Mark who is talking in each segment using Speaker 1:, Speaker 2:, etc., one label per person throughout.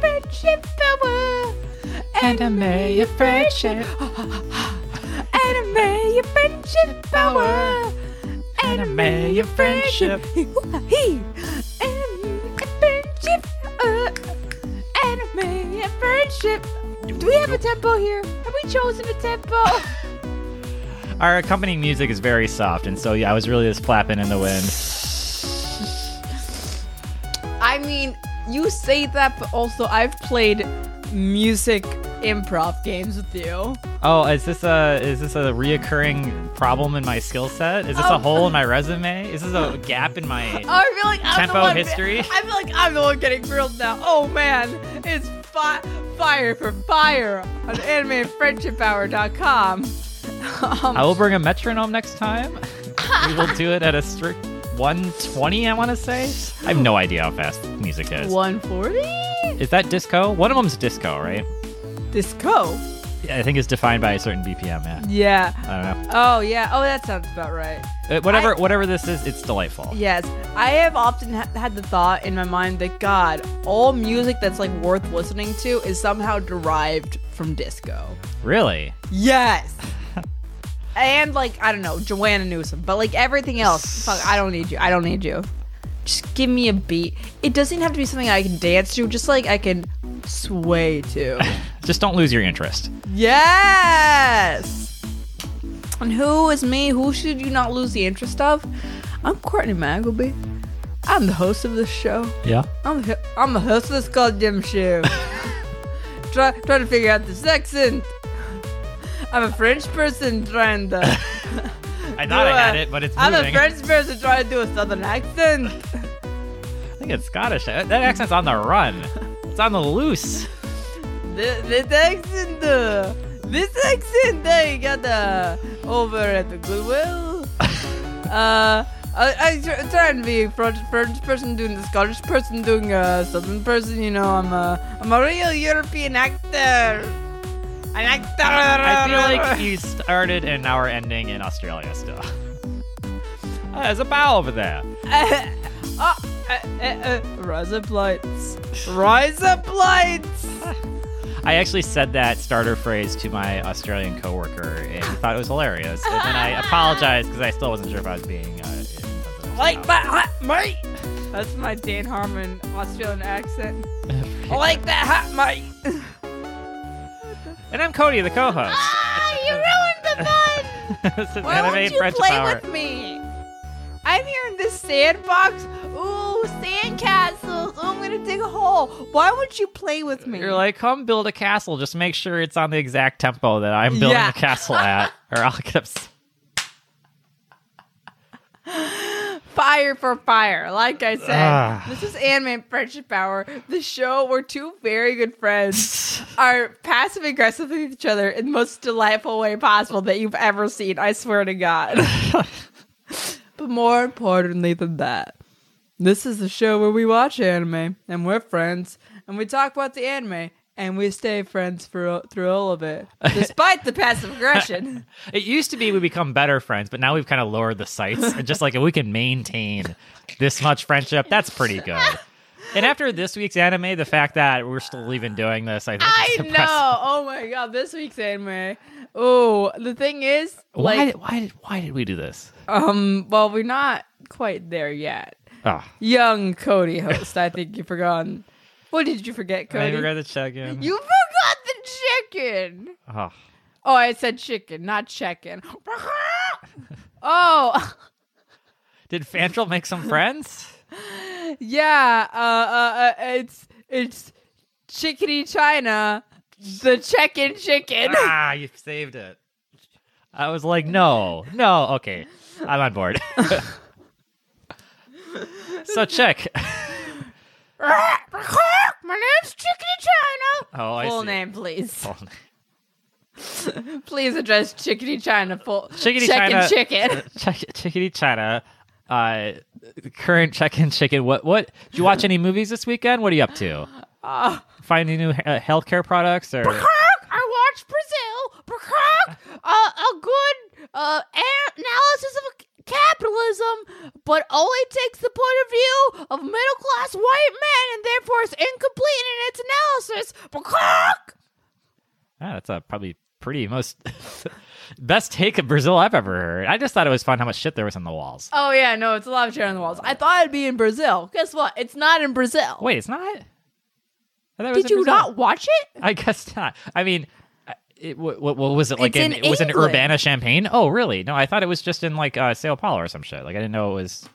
Speaker 1: friendship hour. Anime your friendship. Anime your friendship hour. Anime your friendship. Anime your friendship. Uh, Anime your friendship. Do we have a tempo here? Have we chosen a tempo?
Speaker 2: Our accompanying music is very soft, and so yeah, I was really just flapping in the wind.
Speaker 1: I mean, you say that, but also I've played music improv games with you.
Speaker 2: Oh, is this a is this a reoccurring problem in my skill set? Is this a
Speaker 1: Um,
Speaker 2: hole in my resume? Is this a gap in my?
Speaker 1: Oh, I feel like I'm the
Speaker 2: Tempo
Speaker 1: one,
Speaker 2: history?
Speaker 1: I feel like I'm the one getting grilled now. Oh man, it's fi- fire for fire on animefriendshiphour.com. Um,
Speaker 2: I will bring a metronome next time. we will do it at a strict 120. I want to say. I have no idea how fast music is.
Speaker 1: 140
Speaker 2: Is that disco? One of them's disco, right?
Speaker 1: disco.
Speaker 2: Yeah, I think it's defined by a certain BPM. Yeah.
Speaker 1: Yeah.
Speaker 2: I don't know.
Speaker 1: Oh yeah. Oh, that sounds about right.
Speaker 2: Uh, Whatever, whatever this is, it's delightful.
Speaker 1: Yes, I have often ha- had the thought in my mind that God, all music that's like worth listening to is somehow derived from disco.
Speaker 2: Really?
Speaker 1: Yes. and like I don't know, Joanna Newsom, but like everything else, fuck, I don't need you. I don't need you. Just give me a beat. It doesn't have to be something I can dance to. Just like I can sway to.
Speaker 2: Just don't lose your interest.
Speaker 1: yes. And who is me? Who should you not lose the interest of? I'm Courtney Magleby. I'm the host of this show.
Speaker 2: Yeah.
Speaker 1: I'm the- I'm the host of this goddamn show. try trying to figure out this accent. I'm a French person trying to.
Speaker 2: I thought I had it, but it's
Speaker 1: I'm
Speaker 2: moving.
Speaker 1: a French person trying to do a southern accent.
Speaker 2: I think it's Scottish. That that accent's on the run. It's on the loose.
Speaker 1: This, this accent, uh, this accent that you got uh, over at the Goodwill. uh, I, I tr- try and be French, French person doing the Scottish person doing a Southern person. You know, I'm a I'm a real European actor. An actor.
Speaker 2: I feel like you started and now we're ending in Australia still. Ah, There's a bow over there.
Speaker 1: Ah, uh, uh, uh, rise up lights. Rise up lights.
Speaker 2: I actually said that starter phrase to my Australian coworker, and he thought it was hilarious. And then I apologized because I still wasn't sure if I was being. Uh, insensitive.
Speaker 1: Like that hot mate. That's my Dan Harmon Australian accent. like that hot mate.
Speaker 2: And I'm Cody, the co-host.
Speaker 1: Ah, you ruined the fun.
Speaker 2: this is
Speaker 1: Why
Speaker 2: anime
Speaker 1: won't you
Speaker 2: Friendship
Speaker 1: play
Speaker 2: Hour.
Speaker 1: with me? I'm here in this sandbox. Ooh, sandcastles. Oh, I'm gonna dig a hole. Why won't you play with me?
Speaker 2: You're like, come build a castle. Just make sure it's on the exact tempo that I'm building
Speaker 1: Yeah.
Speaker 2: the castle at, or I'll get upset.
Speaker 1: fire for fire. Like I said,
Speaker 2: Ah.
Speaker 1: this is Anime Friendship Hour, the show where two very good friends are passive aggressive with each other in the most delightful way possible that you've ever seen. I swear to God. but more importantly than that, this is the show where we watch anime and we're friends and we talk about the anime. And we stay friends for, through all of it, despite the passive aggression.
Speaker 2: It used to be we become better friends, but now we've kind of lowered the sights. And just like if we can maintain this much friendship, that's pretty good. And after this week's anime, the fact that we're still even doing this, I think
Speaker 1: I
Speaker 2: is impressive.
Speaker 1: know. Oh my god, this week's anime. Oh, the thing is,
Speaker 2: Why?
Speaker 1: like,
Speaker 2: did, why did? Why did we do this?
Speaker 1: um, well, we're not quite there yet.
Speaker 2: Oh,
Speaker 1: Young Cody host, I think you forgot. What did you forget,
Speaker 2: I
Speaker 1: Cody?
Speaker 2: forgot to check in.
Speaker 1: you forgot the chicken.
Speaker 2: Oh.
Speaker 1: Oh, I said chicken, not chicken. oh,
Speaker 2: Did Fantrel make some friends?
Speaker 1: yeah. Uh, uh, uh, it's it's chickadee China, the chicken chicken.
Speaker 2: ah, you saved it. I was like, no, no, okay, I'm on board. so check.
Speaker 1: My name's Chickadee China.
Speaker 2: Oh, I
Speaker 1: full
Speaker 2: see.
Speaker 1: name, please.
Speaker 2: Full name.
Speaker 1: Please address Chickadee China full.
Speaker 2: Chickadee
Speaker 1: Check and
Speaker 2: China-
Speaker 1: Chicken.
Speaker 2: Chick- Chickadee China, uh, current check-in chicken. What? What? Did you watch any movies this weekend? What are you up to?
Speaker 1: Uh,
Speaker 2: Find any new uh, healthcare products or?
Speaker 1: Kirk, I watched Brazil. Kirk, uh, a good uh, a- analysis of a c- capitalism, but only takes the point of view of middle class white men and therefore is incomplete in its analysis. Bacock!
Speaker 2: Ah, that's a probably pretty most best take of Brazil I've ever heard. I just thought it was fun how much shit there was on the walls.
Speaker 1: Oh, yeah, no, it's a lot of shit on the walls. I thought it'd be in Brazil. Guess what? It's not in Brazil.
Speaker 2: Wait, it's not. I thought it was
Speaker 1: Did
Speaker 2: in
Speaker 1: you
Speaker 2: Brazil.
Speaker 1: not watch it?
Speaker 2: I guess not. I mean, I- it, what, what was it like?
Speaker 1: It's
Speaker 2: in,
Speaker 1: in
Speaker 2: it was in
Speaker 1: England.
Speaker 2: Urbana, Champagne. Oh, really? No, I thought it was just in like uh, Sao Paulo or some shit. Like I didn't know it was.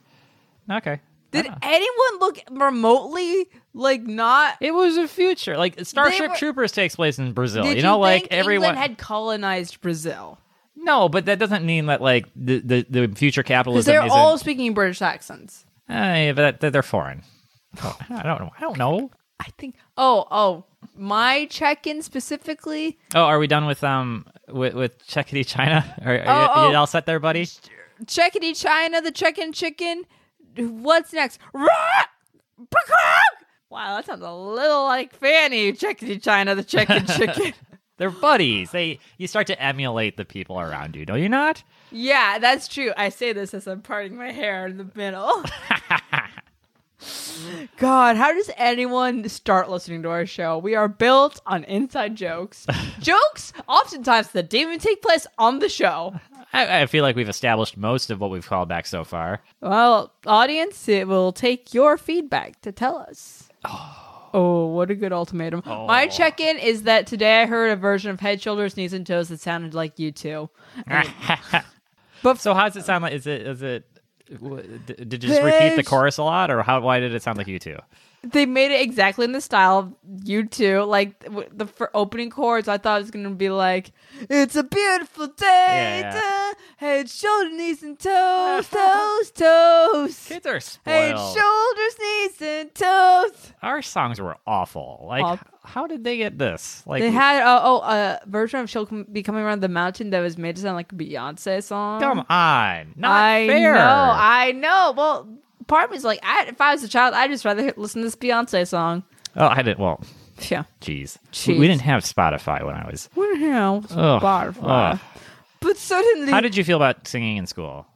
Speaker 2: Okay.
Speaker 1: Did
Speaker 2: Ah.
Speaker 1: anyone look remotely like not?
Speaker 2: It was a future. Like Starship
Speaker 1: were-
Speaker 2: Troopers takes place in Brazil.
Speaker 1: Did
Speaker 2: you know, like
Speaker 1: think
Speaker 2: everyone.
Speaker 1: England had colonized Brazil
Speaker 2: No, but that doesn't mean that like the the, the future
Speaker 1: because
Speaker 2: capitalism
Speaker 1: they're
Speaker 2: isn't.
Speaker 1: all speaking British accents.
Speaker 2: Uh, yeah, but that, that they're foreign. Oh, I don't know. I don't know.
Speaker 1: I think. Oh, oh, my check-in specifically.
Speaker 2: Oh, are we done with um with with Checkity China? Are, are, you-
Speaker 1: Oh,
Speaker 2: are you,
Speaker 1: oh.
Speaker 2: all set there, buddy?
Speaker 1: Checkity China, the check-in chicken. What's next? Rah! Peacock! Wow, that sounds a little like Fanny. Checkity China, the check-in chicken.
Speaker 2: They're buddies. They you start to emulate the people around you, don't you not?
Speaker 1: yeah, that's true. I say this as I'm parting my hair in the middle. God, how does anyone start listening to our show? We are built on inside jokes. jokes, oftentimes, that didn't even take place on the show.
Speaker 2: I, I feel like we've established most of what we've called back so far.
Speaker 1: Well, audience, it will take your feedback to tell us. Oh, what a good ultimatum. My
Speaker 2: Oh.
Speaker 1: check in is that today I heard a version of Head, Shoulders, Knees, and Toes that sounded like you two.
Speaker 2: But so how does it sound like? Is it is it? w- d- Did you just repeat the
Speaker 1: There's-
Speaker 2: chorus a lot, or how? Why did it sound like you two?
Speaker 1: They made it exactly in the style of you two. Like w- the for opening chords, I thought it was going to be like, It's a beautiful day.
Speaker 2: Yeah, yeah.
Speaker 1: duh. Head, shoulders, knees, and toes, toes, toes.
Speaker 2: Kids are
Speaker 1: Head,
Speaker 2: spoiled.
Speaker 1: shoulders, knees, and toes.
Speaker 2: Our songs were awful. Like,
Speaker 1: Aw.
Speaker 2: h- how did they get this? Like,
Speaker 1: They had uh, oh a version of "She'll Com- Be Coming Around the Mountain" that was made to sound like a Beyonce song.
Speaker 2: come on, not
Speaker 1: I
Speaker 2: fair.
Speaker 1: know, I know. Well, part of me's like, I, if I was a child, I'd just rather he- listen to this Beyonce song.
Speaker 2: oh, I didn't. Well,
Speaker 1: Yeah,
Speaker 2: jeez,
Speaker 1: Jeez.
Speaker 2: we, we didn't have Spotify when I was.
Speaker 1: what the hell?
Speaker 2: Ugh.
Speaker 1: Spotify.
Speaker 2: Ugh.
Speaker 1: But suddenly,
Speaker 2: How did you feel about singing in school?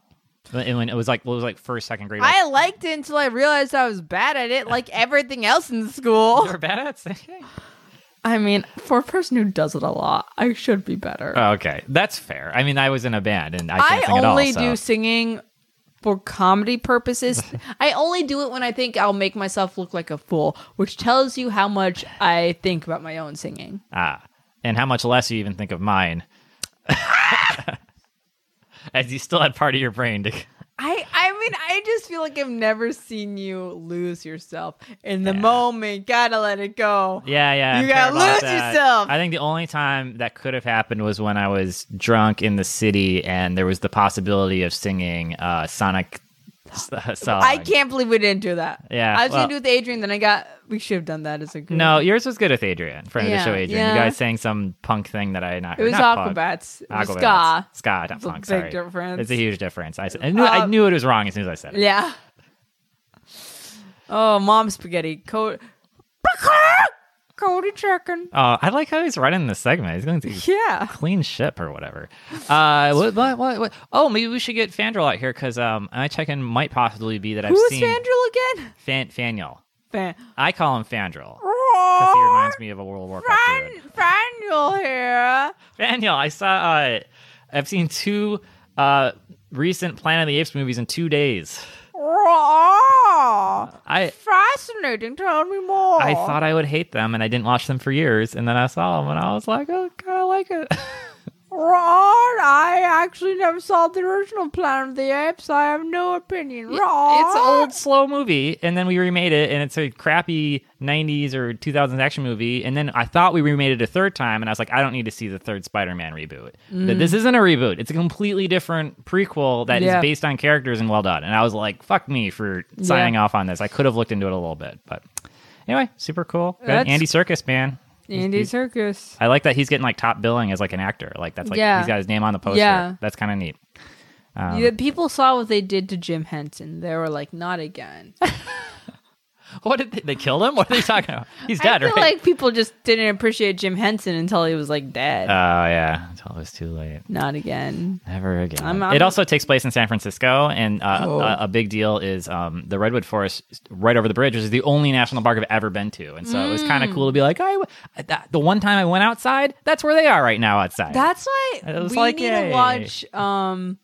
Speaker 2: When when it was like, what was like first, second grade? Like,
Speaker 1: I liked it until I realized I was bad at it, like everything else in school.
Speaker 2: you were bad at singing.
Speaker 1: I mean, for a person who does it a lot, I should be better.
Speaker 2: Oh, okay, that's fair. I mean, I was in a band and I
Speaker 1: I
Speaker 2: can't sing
Speaker 1: only
Speaker 2: at all.
Speaker 1: do
Speaker 2: so.
Speaker 1: singing for comedy purposes. I only do it when I think I'll make myself look like a fool, which tells you how much I think about my own singing.
Speaker 2: Ah, and how much less you even think of mine, as you still had part of your brain to.
Speaker 1: I I mean, I just feel like I've never seen you lose yourself in the moment. Gotta let it go.
Speaker 2: Yeah, yeah.
Speaker 1: You
Speaker 2: I'm
Speaker 1: gotta
Speaker 2: terrible at
Speaker 1: lose
Speaker 2: that.
Speaker 1: yourself.
Speaker 2: I think the only time that could have happened was when I was drunk in the city and there was the possibility of singing uh, Sonic s- song.
Speaker 1: I can't believe we didn't do that.
Speaker 2: Yeah,
Speaker 1: I was
Speaker 2: well-
Speaker 1: gonna do it with Adrian, then I got we should have done that as a group.
Speaker 2: No, yours was good with Adrian, friend of
Speaker 1: Yeah,
Speaker 2: the show. Adrian,
Speaker 1: yeah.
Speaker 2: you guys sang some punk thing that I had not.
Speaker 1: It was
Speaker 2: not punk.
Speaker 1: Aquabats. It was
Speaker 2: Aquabats.
Speaker 1: Ska.
Speaker 2: Ska, not
Speaker 1: It's a
Speaker 2: punk.
Speaker 1: big
Speaker 2: sorry,
Speaker 1: difference.
Speaker 2: It's a huge difference. I, s- I knew, I
Speaker 1: Um,
Speaker 2: knew it was wrong as soon as I said it.
Speaker 1: Yeah. Oh, mom spaghetti. Co- Cody chicken.
Speaker 2: Uh, I like how he's running this segment. He's going to
Speaker 1: Yeah.
Speaker 2: clean ship or whatever. Uh, what, what, what, what? Oh, maybe we should get Fandral out here because um, my check-in might possibly be that I've
Speaker 1: Who's
Speaker 2: seen
Speaker 1: Fandral again?
Speaker 2: Fan- Faniel.
Speaker 1: Fan.
Speaker 2: I call him Fandral because he
Speaker 1: Oh,
Speaker 2: reminds me of a World of Warcraft
Speaker 1: Fan.
Speaker 2: dude.
Speaker 1: Fandral here.
Speaker 2: Faniel, I saw. Uh, I've seen two uh, recent Planet of the Apes movies in two days.
Speaker 1: Oh,
Speaker 2: Uh, I
Speaker 1: fascinating. Tell me more.
Speaker 2: I thought I would hate them and I didn't watch them for years, and then I saw them and I was like, oh, kind of like it.
Speaker 1: Rod, I actually never saw the original Planet of the Apes. I have no opinion. Rod.
Speaker 2: It's an old slow movie, and then we remade it, and it's a crappy '90s or 2000s action movie. And then I thought we remade it a third time, and I was like, I don't need to see the third Spider-Man reboot.
Speaker 1: Mm.
Speaker 2: But This isn't a reboot; it's a completely different prequel that is
Speaker 1: Yeah.
Speaker 2: based on characters and well done. And I was like, fuck me for signing off on this. I could have looked into it a little bit, but anyway, super cool. Good.
Speaker 1: That's-
Speaker 2: Andy Circus, man.
Speaker 1: Andy Circus.
Speaker 2: I like that he's getting like top billing as like an actor. Like that's like
Speaker 1: Yeah.
Speaker 2: he's got his name on the poster.
Speaker 1: Yeah.
Speaker 2: That's kind of neat. Um,
Speaker 1: yeah, people saw what they did to Jim Henson. They were like, not again.
Speaker 2: What did they, they killed him? What are they talking about? He's dead,
Speaker 1: I feel
Speaker 2: right?
Speaker 1: like people just didn't appreciate Jim Henson until he was like dead.
Speaker 2: oh yeah, until it was too late.
Speaker 1: Not again.
Speaker 2: Never again.
Speaker 1: I'm- I'm-
Speaker 2: it also takes place in San Francisco, and uh,
Speaker 1: Oh.
Speaker 2: a, a big deal is um, the redwood forest right over the bridge, which is the only national park I've ever been to, and so it was
Speaker 1: Mm.
Speaker 2: kind of cool to be like, I w- that, the one time I went outside, that's where they are right now outside.
Speaker 1: That's why
Speaker 2: It was
Speaker 1: we
Speaker 2: like,
Speaker 1: need
Speaker 2: yay.
Speaker 1: to watch um,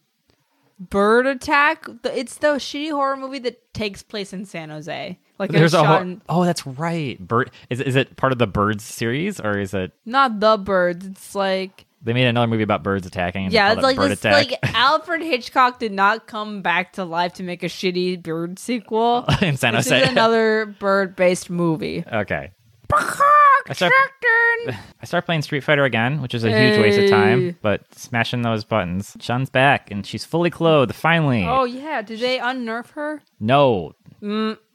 Speaker 1: Bird Attack. The- It's the shitty horror movie that takes place in San Jose. Like
Speaker 2: There's a
Speaker 1: shot
Speaker 2: whole,
Speaker 1: in-
Speaker 2: oh, that's right. Bird is is it part of the birds series or is it
Speaker 1: not the birds. It's like
Speaker 2: they made another movie about birds attacking? And they
Speaker 1: yeah, it's
Speaker 2: called it
Speaker 1: like
Speaker 2: bird
Speaker 1: this.
Speaker 2: attack.
Speaker 1: Like Alfred Hitchcock did not come back to life to make a shitty bird sequel.
Speaker 2: in San
Speaker 1: This
Speaker 2: Jose.
Speaker 1: is another bird-based movie.
Speaker 2: okay. start-
Speaker 1: Chicken!
Speaker 2: I start playing Street Fighter again, which is a huge waste of
Speaker 1: Hey.
Speaker 2: time, but smashing those buttons. Shun's back and she's fully clothed, finally.
Speaker 1: Oh yeah, did they unnerve her?
Speaker 2: No.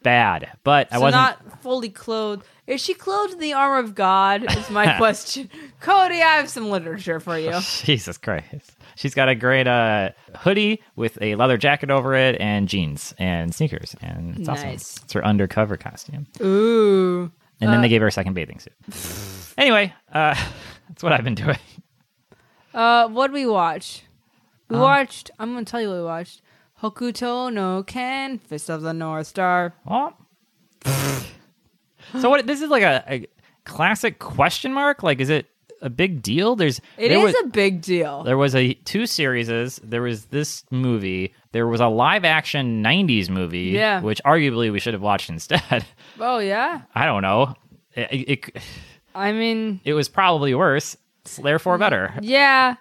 Speaker 2: Bad. But I
Speaker 1: So
Speaker 2: wasn't
Speaker 1: not fully clothed. Is she clothed in the armor of God? Is my question. Cody, I have some literature for you.
Speaker 2: Jesus Christ. She's got a great uh, hoodie with a leather jacket over it and jeans and sneakers and it's awesome.
Speaker 1: Nice. Uh.
Speaker 2: It's her undercover costume.
Speaker 1: Ooh.
Speaker 2: And then they gave her a second bathing suit. anyway, uh, that's what I've been doing.
Speaker 1: Uh, what we watch? We watched. I'm gonna tell you what we watched. Hokuto no Ken, Fist of the North Star.
Speaker 2: Well, so what? This is like a, a classic question mark. Like, is it a big deal? There's
Speaker 1: It is
Speaker 2: there was,
Speaker 1: a big deal.
Speaker 2: there was a two series. There was this movie. There was a live action '90s movie.
Speaker 1: Yeah.
Speaker 2: which arguably we should have watched instead.
Speaker 1: Oh yeah.
Speaker 2: I don't know. It it,
Speaker 1: I mean,
Speaker 2: it was probably worse. Therefore, better.
Speaker 1: yeah.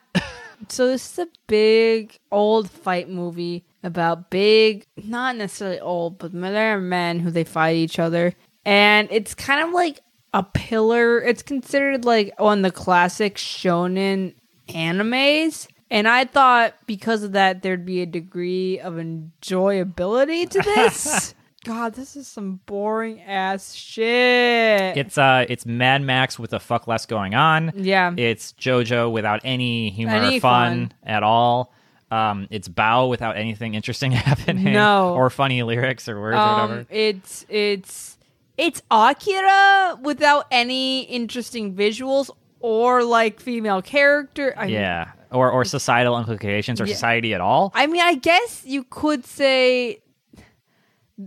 Speaker 1: so this is a big old fight movie about big, not necessarily old, but there are men who they fight each other, and it's kind of like a pillar. It's considered like on the classic shonen animes. And I thought because of that, there'd be a degree of enjoyability to this. God, this is some boring ass shit.
Speaker 2: It's uh, it's Mad Max with a fuck less going on.
Speaker 1: yeah.
Speaker 2: It's JoJo without any humor
Speaker 1: Any
Speaker 2: or fun,
Speaker 1: fun.
Speaker 2: at all. Um, it's Bow without anything interesting happening.
Speaker 1: No.
Speaker 2: Or funny lyrics or words or
Speaker 1: Um,
Speaker 2: whatever.
Speaker 1: it's it's it's Akira without any interesting visuals or like female character. I Mean,
Speaker 2: Yeah. Or, or societal implications or
Speaker 1: Yeah.
Speaker 2: society at all.
Speaker 1: I mean, I guess you could say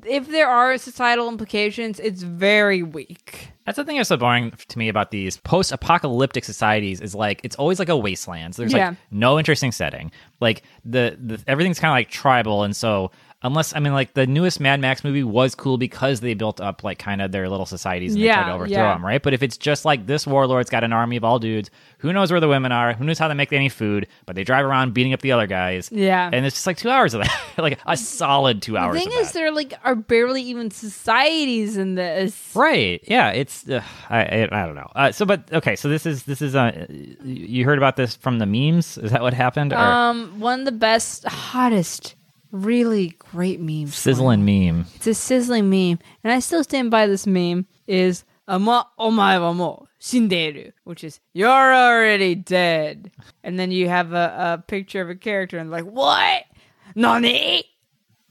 Speaker 1: if there are societal implications, it's very weak.
Speaker 2: That's the thing that's so boring to me about these post apocalyptic societies is like it's always like a wasteland. So there's
Speaker 1: Yeah.
Speaker 2: like no interesting setting. Like the, the everything's kind of like tribal and so unless I mean like the newest Mad Max movie was cool because they built up like kind of their little societies and they tried
Speaker 1: Yeah,
Speaker 2: to overthrow
Speaker 1: yeah.
Speaker 2: them, right? But if it's just like this warlord's got an army of all dudes, who knows where the women are, who knows how they make any food, but they drive around beating up the other guys.
Speaker 1: Yeah.
Speaker 2: And it's just like 2 hours of that. like a solid 2
Speaker 1: The
Speaker 2: hours
Speaker 1: thing
Speaker 2: of
Speaker 1: is,
Speaker 2: that.
Speaker 1: there like are barely even societies in this.
Speaker 2: Right. Yeah. It's uh, I, I I don't know. Uh, so but okay. So this is this is uh you heard about this from the memes. Is that what happened? Or
Speaker 1: Um, one of the best, hottest, really great memes.
Speaker 2: sizzling meme.
Speaker 1: It's a sizzling meme, and I still stand by this meme. Is ama omae wa mo shinderu, which is you're already dead, and then you have a, a picture of a character and like what nani,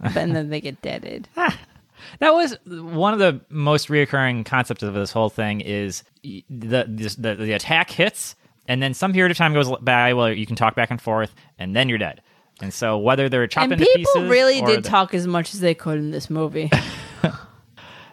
Speaker 1: and then they get deaded.
Speaker 2: That was one of the most reoccurring concepts of this whole thing is y- the this- the, the attack hits and then some period of time goes by where you can talk back and forth and then you're dead. And so whether they're chopping
Speaker 1: and
Speaker 2: to
Speaker 1: people
Speaker 2: pieces
Speaker 1: really
Speaker 2: or
Speaker 1: did
Speaker 2: the-
Speaker 1: talk as much as they could in this movie.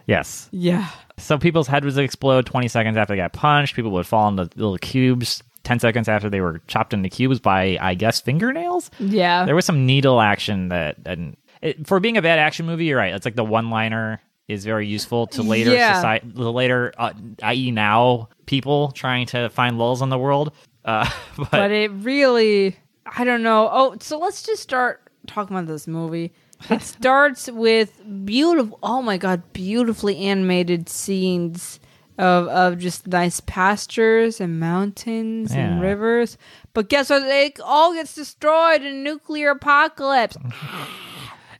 Speaker 2: Yes.
Speaker 1: yeah,
Speaker 2: So people's head would explode 20 seconds after they got punched. People would fall into little cubes 10 seconds after they were chopped into cubes by, I guess, fingernails.
Speaker 1: yeah.
Speaker 2: There was some needle action that, and it, for being a bad action movie, you're right. It's like the one liner is very useful to later
Speaker 1: Yeah.
Speaker 2: society, the later, uh, i.e., now people trying to find lulls in the world. Uh, but,
Speaker 1: but it really i don't know oh so let's just start talking about this movie it starts with beautiful oh my god beautifully animated scenes of, of just nice pastures and mountains and
Speaker 2: Yeah.
Speaker 1: rivers but guess what it all gets destroyed in a nuclear apocalypse
Speaker 2: Mm.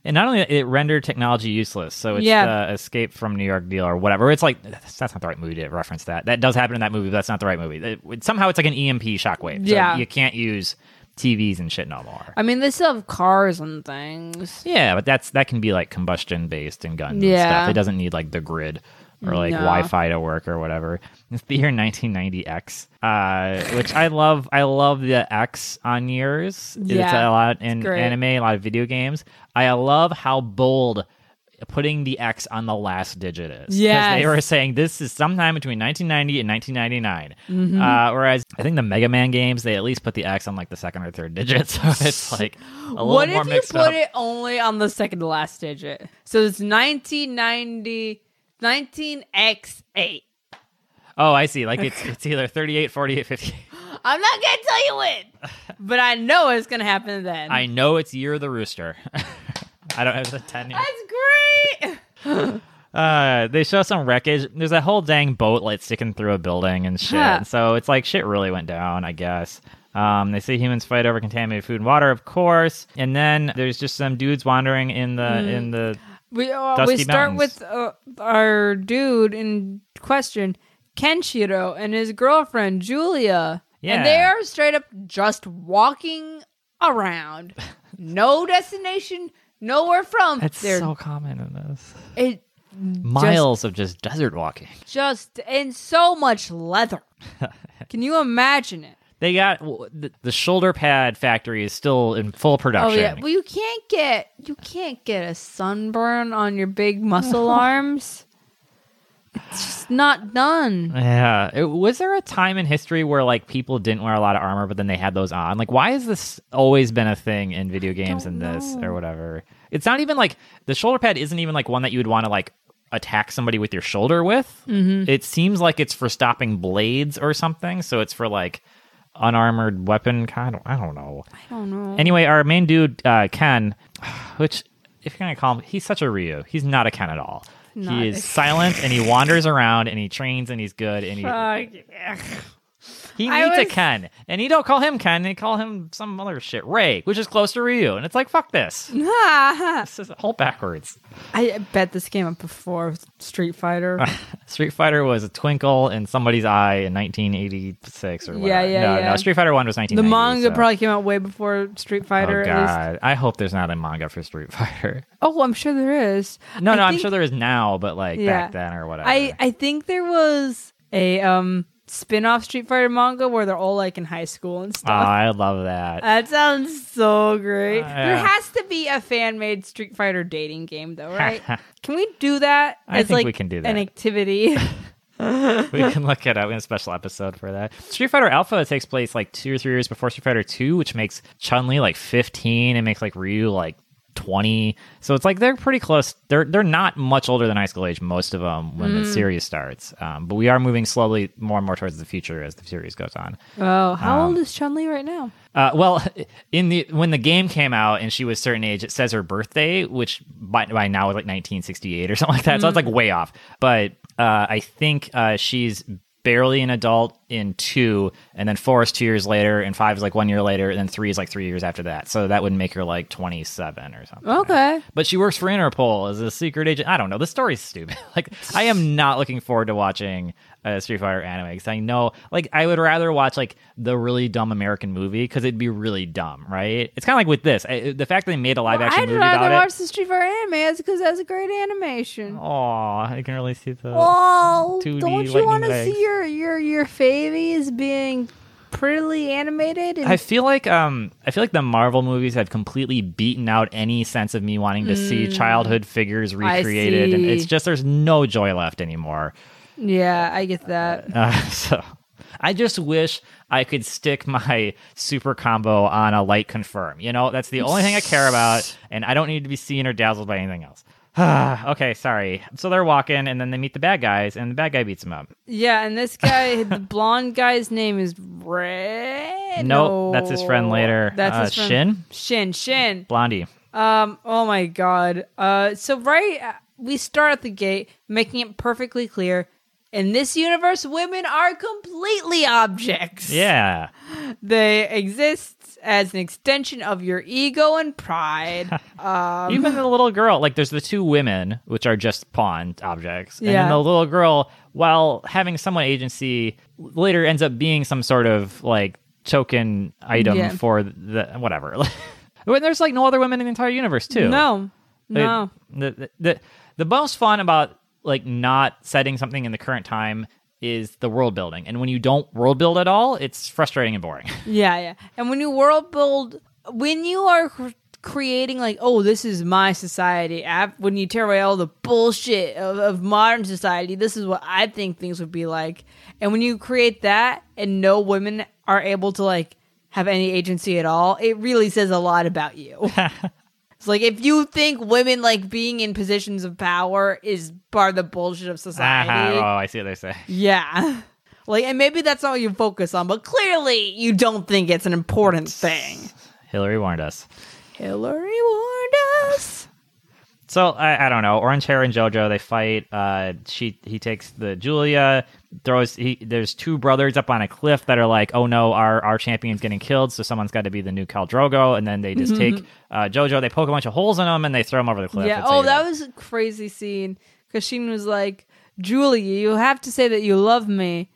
Speaker 2: and not only that, it rendered technology useless. So it's
Speaker 1: Yeah.
Speaker 2: the Escape from New York deal or whatever. It's like that's that's not the right movie to reference that. That does happen in that movie, but that's not the right movie. It- it- somehow it's like an EMP E shockwave. So
Speaker 1: Yeah.
Speaker 2: you can't use TVs and shit no more.
Speaker 1: I mean, they still have cars and things.
Speaker 2: Yeah, but that's that can be like combustion based and guns and
Speaker 1: Yeah.
Speaker 2: stuff. It doesn't need like the grid or like
Speaker 1: No.
Speaker 2: Wi-Fi to work or whatever. It's the year 1990X, uh, which I love. I love the X on years. It's
Speaker 1: Yeah,
Speaker 2: a lot in
Speaker 1: great.
Speaker 2: anime, a lot of video games. I love how bold putting the X on the last digit is. 'Cause
Speaker 1: Yes.
Speaker 2: they were saying this is sometime between 1990 and 1999.
Speaker 1: Mm-hmm.
Speaker 2: Uh, whereas I think the Mega Man games they at least put the X on like the second or third digit, so it's like a little
Speaker 1: What
Speaker 2: more
Speaker 1: if you
Speaker 2: mixed
Speaker 1: put
Speaker 2: up.
Speaker 1: it only on the second to last digit? So it's 1990, 19x8.
Speaker 2: Oh, I see. Like it's it's either 38, 48, 58.
Speaker 1: I'm not going to tell you when, but I know it's going to happen then.
Speaker 2: I know it's year of the rooster. I don't have the 10 year.
Speaker 1: That's great.
Speaker 2: Uh, they show some wreckage. There's a whole dang boat like sticking through a building and shit.
Speaker 1: Huh.
Speaker 2: So it's like shit really went down, I guess. Um, they see humans fight over contaminated food and water, of course. And then there's just some dudes wandering in the in the
Speaker 1: We, uh, we
Speaker 2: Dusty
Speaker 1: start
Speaker 2: Mountains.
Speaker 1: with uh, our dude in question, Kenshiro, and his girlfriend, Julia.
Speaker 2: Yeah.
Speaker 1: And they are straight up just walking around. no destination, nowhere from.
Speaker 2: It's
Speaker 1: They're
Speaker 2: so common in this.
Speaker 1: it,
Speaker 2: Miles of just desert walking.
Speaker 1: just in so much leather. Can you imagine it?
Speaker 2: They got w- the, the shoulder pad factory is still in full
Speaker 1: Oh
Speaker 2: production.
Speaker 1: yeah. Well, you can't get you can't get a sunburn on your big muscle arms. It's just not done.
Speaker 2: Yeah. It- was there a time in history where like people didn't wear a lot of armor, but then they had those on? Like, why has this always been a thing in video games
Speaker 1: don't
Speaker 2: and this
Speaker 1: know.
Speaker 2: or whatever? It's not even like the shoulder pad isn't even like one that you would want to like attack somebody with your shoulder with.
Speaker 1: Mm-hmm.
Speaker 2: It seems like it's for stopping blades or something. So it's for like unarmored weapon kind of. I don't know.
Speaker 1: I don't know.
Speaker 2: Anyway, our main dude uh, Ken, which if you're gonna call him, he's such a Ryu. He's not a Ken at all.
Speaker 1: Not
Speaker 2: he
Speaker 1: a-
Speaker 2: is silent and he wanders around and he trains and he's good and he he
Speaker 1: I
Speaker 2: needs a
Speaker 1: was-
Speaker 2: Ken and you don't call him Ken they call him some other shit Ray which is close to Ryu and it's like fuck this
Speaker 1: I
Speaker 2: this is all backwards
Speaker 1: bet this came up before Street Fighter.
Speaker 2: Street Fighter was a twinkle in somebody's eye in 1986 or
Speaker 1: Yeah,
Speaker 2: whatever
Speaker 1: yeah,
Speaker 2: no
Speaker 1: yeah.
Speaker 2: no Street Fighter one was
Speaker 1: the
Speaker 2: 1990
Speaker 1: manga
Speaker 2: so-
Speaker 1: probably came out way before Street Fighter.
Speaker 2: oh
Speaker 1: at least.
Speaker 2: god I hope there's not a manga for Street Fighter
Speaker 1: Oh, I'm sure there is.
Speaker 2: no
Speaker 1: I
Speaker 2: no I'm
Speaker 1: think-
Speaker 2: sure there is now but like
Speaker 1: Yeah.
Speaker 2: back then or whatever
Speaker 1: I I think there was a um spin-off Street Fighter manga where they're all like in high school and
Speaker 2: Oh,
Speaker 1: stuff.
Speaker 2: I love that.
Speaker 1: That sounds so great.
Speaker 2: Uh,
Speaker 1: There
Speaker 2: yeah.
Speaker 1: has to be a fan made Street Fighter dating game, though, right? can we do that?
Speaker 2: I
Speaker 1: as,
Speaker 2: think
Speaker 1: like,
Speaker 2: we can do
Speaker 1: An
Speaker 2: that.
Speaker 1: activity.
Speaker 2: we can look it up in a special episode for that. Street Fighter Alpha takes place like two or three years before Street Fighter Two, which makes Chun Li like fifteen and makes like Ryu like twenty. So it's like they're pretty close. They're they're not much older than high school age, most of them, when the series starts. Um, but we are moving slowly more and more towards the future as the series goes on.
Speaker 1: oh,
Speaker 2: Um,
Speaker 1: how old is Chun Li right now?
Speaker 2: Uh, well, in the when the game came out and she was certain age, it says her birthday, which by, by now is like 1968 or something like that. So it's like way off. But uh, I think uh, she's barely an adult in two, and then four is two years later, and five is like one year later, and then three is like three years after that. So that would make her like 27 or
Speaker 1: Oh,
Speaker 2: something.
Speaker 1: Okay.
Speaker 2: But she works for Interpol as a secret agent. I don't know. The story's stupid. Like I am not looking forward to watching a Street Fighter anime because I know, like, I would rather watch like the really dumb American movie because it'd be really dumb, right? It's kind of like with this. I, the fact that they made a live action
Speaker 1: I'd
Speaker 2: movie
Speaker 1: rather
Speaker 2: about
Speaker 1: watch
Speaker 2: it.
Speaker 1: the Street Fighter anime because that's a great animation.
Speaker 2: Aw, I can really see the.
Speaker 1: Oh,
Speaker 2: 2D
Speaker 1: don't you
Speaker 2: lightning
Speaker 1: want to
Speaker 2: legs.
Speaker 1: see your your your favies being prettily animated? And
Speaker 2: I feel like um I feel like the Marvel movies have completely beaten out any sense of me wanting to see childhood figures recreated, and
Speaker 1: Mm. see.
Speaker 2: it's just there's no joy left anymore.
Speaker 1: yeah, I get that.
Speaker 2: Uh, so I just wish I could stick my super combo on a light confirm. You know, that's the only thing I care about, and I don't need to be seen or dazzled by anything else. okay, sorry. So they're walking, and then they meet the bad guys, and the bad guy beats them up.
Speaker 1: Yeah, and this guy, the blonde guy's name is Red.
Speaker 2: Nope, that's his friend later.
Speaker 1: That's
Speaker 2: Uh,
Speaker 1: his friend. Shin. Shin.
Speaker 2: Blondie.
Speaker 1: Um. Oh my God. Uh. So right, uh, we start at the gate, making it perfectly clear. In this universe, women are completely objects.
Speaker 2: Yeah.
Speaker 1: They exist as an extension of your ego and pride. um.
Speaker 2: Even the little girl, like there's the two women, which are just pawn objects. And
Speaker 1: Yeah.
Speaker 2: then the little girl, while having somewhat agency, later ends up being some sort of like token item
Speaker 1: Yeah.
Speaker 2: for the whatever. when there's like no other women in the entire universe too.
Speaker 1: No,
Speaker 2: They-
Speaker 1: no.
Speaker 2: The, the the the most fun about like not setting something in the current time is the world building. And when you don't world build at all, it's frustrating and boring.
Speaker 1: Yeah, yeah. And when you world build, when you are cr- creating like, oh, this is my society. af- When you tear away all the bullshit of, of modern society, this is what I think things would be like. And when you create that, and no women are able to like have any agency at all, it really says a lot about you. It's like if you think women like being in positions of power is part of the bullshit of society.
Speaker 2: Ah, oh, I see what they say.
Speaker 1: Yeah. Like, and maybe that's not what you focus on, but clearly you don't think it's an important thing.
Speaker 2: Hillary warned us.
Speaker 1: Hillary warned us.
Speaker 2: So I, I don't know. Orange Hair and JoJo they fight. Uh, she he takes the Julia throws. He, there's two brothers up on a cliff that are like, oh no, our our champion's getting killed, so someone's got to be the new Khal Drogo. And then they just take uh, JoJo. They poke a bunch of holes in him and they throw him over the cliff.
Speaker 1: yeah.
Speaker 2: That's how
Speaker 1: Oh,
Speaker 2: you
Speaker 1: that
Speaker 2: die.
Speaker 1: was a crazy scene because Sheen was like, Julie, you have to say that you love me.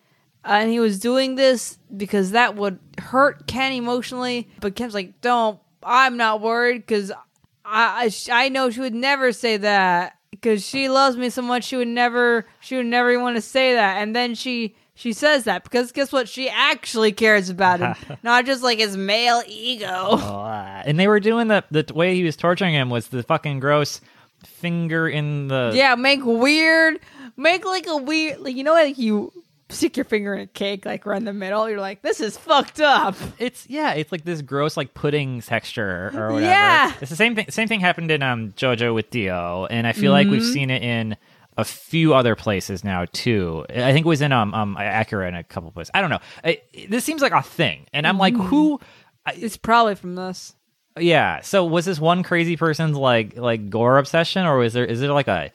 Speaker 1: Uh, and he was doing this because that would hurt Ken emotionally. But Ken's like, don't. I'm not worried because I, I, I know she would never say that because she loves me so much. She would never, she would never want to say that. And then she, she says that because guess what? She actually cares about him, not just like his male ego.
Speaker 2: Blah. And they were doing the the way he was torturing him was the fucking gross finger in the
Speaker 1: Yeah, make weird, make like a weird, like you know, like you stick your finger in a cake, like right in the middle. You're like, this is fucked up.
Speaker 2: It's yeah, it's like this gross like pudding texture or whatever.
Speaker 1: Mm-hmm. Yeah.
Speaker 2: It's the same thing same thing happened in um JoJo with Dio, and I feel like
Speaker 1: Mm-hmm.
Speaker 2: we've seen it in a few other places now too. I think it was in um um Acura in a couple places. I don't know. I, this seems like a thing. And
Speaker 1: Mm-hmm.
Speaker 2: I'm like who I,
Speaker 1: It's probably from this.
Speaker 2: yeah. So was this one crazy person's like like gore obsession or was there is there like a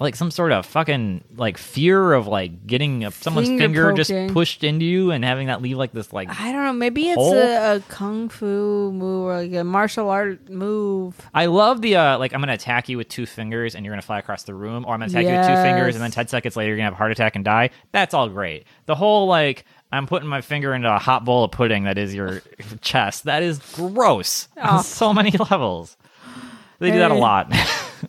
Speaker 2: like some sort of fucking like fear of like getting a, someone's
Speaker 1: Finger
Speaker 2: finger
Speaker 1: poking.
Speaker 2: just pushed into you and having that leave like this like
Speaker 1: I don't know. Maybe it's
Speaker 2: Hole?
Speaker 1: a, a kung fu move or like a martial art move.
Speaker 2: I love the uh, like I'm gonna attack you with two fingers and you're gonna fly across the room, or I'm gonna attack you with two fingers and then
Speaker 1: Yes.
Speaker 2: ten seconds later you're gonna have a heart attack and die. That's all great. The whole like I'm putting my finger into a hot bowl of pudding that is your chest. That is gross
Speaker 1: Oh.
Speaker 2: on so many levels. They do that a
Speaker 1: Hey.
Speaker 2: lot.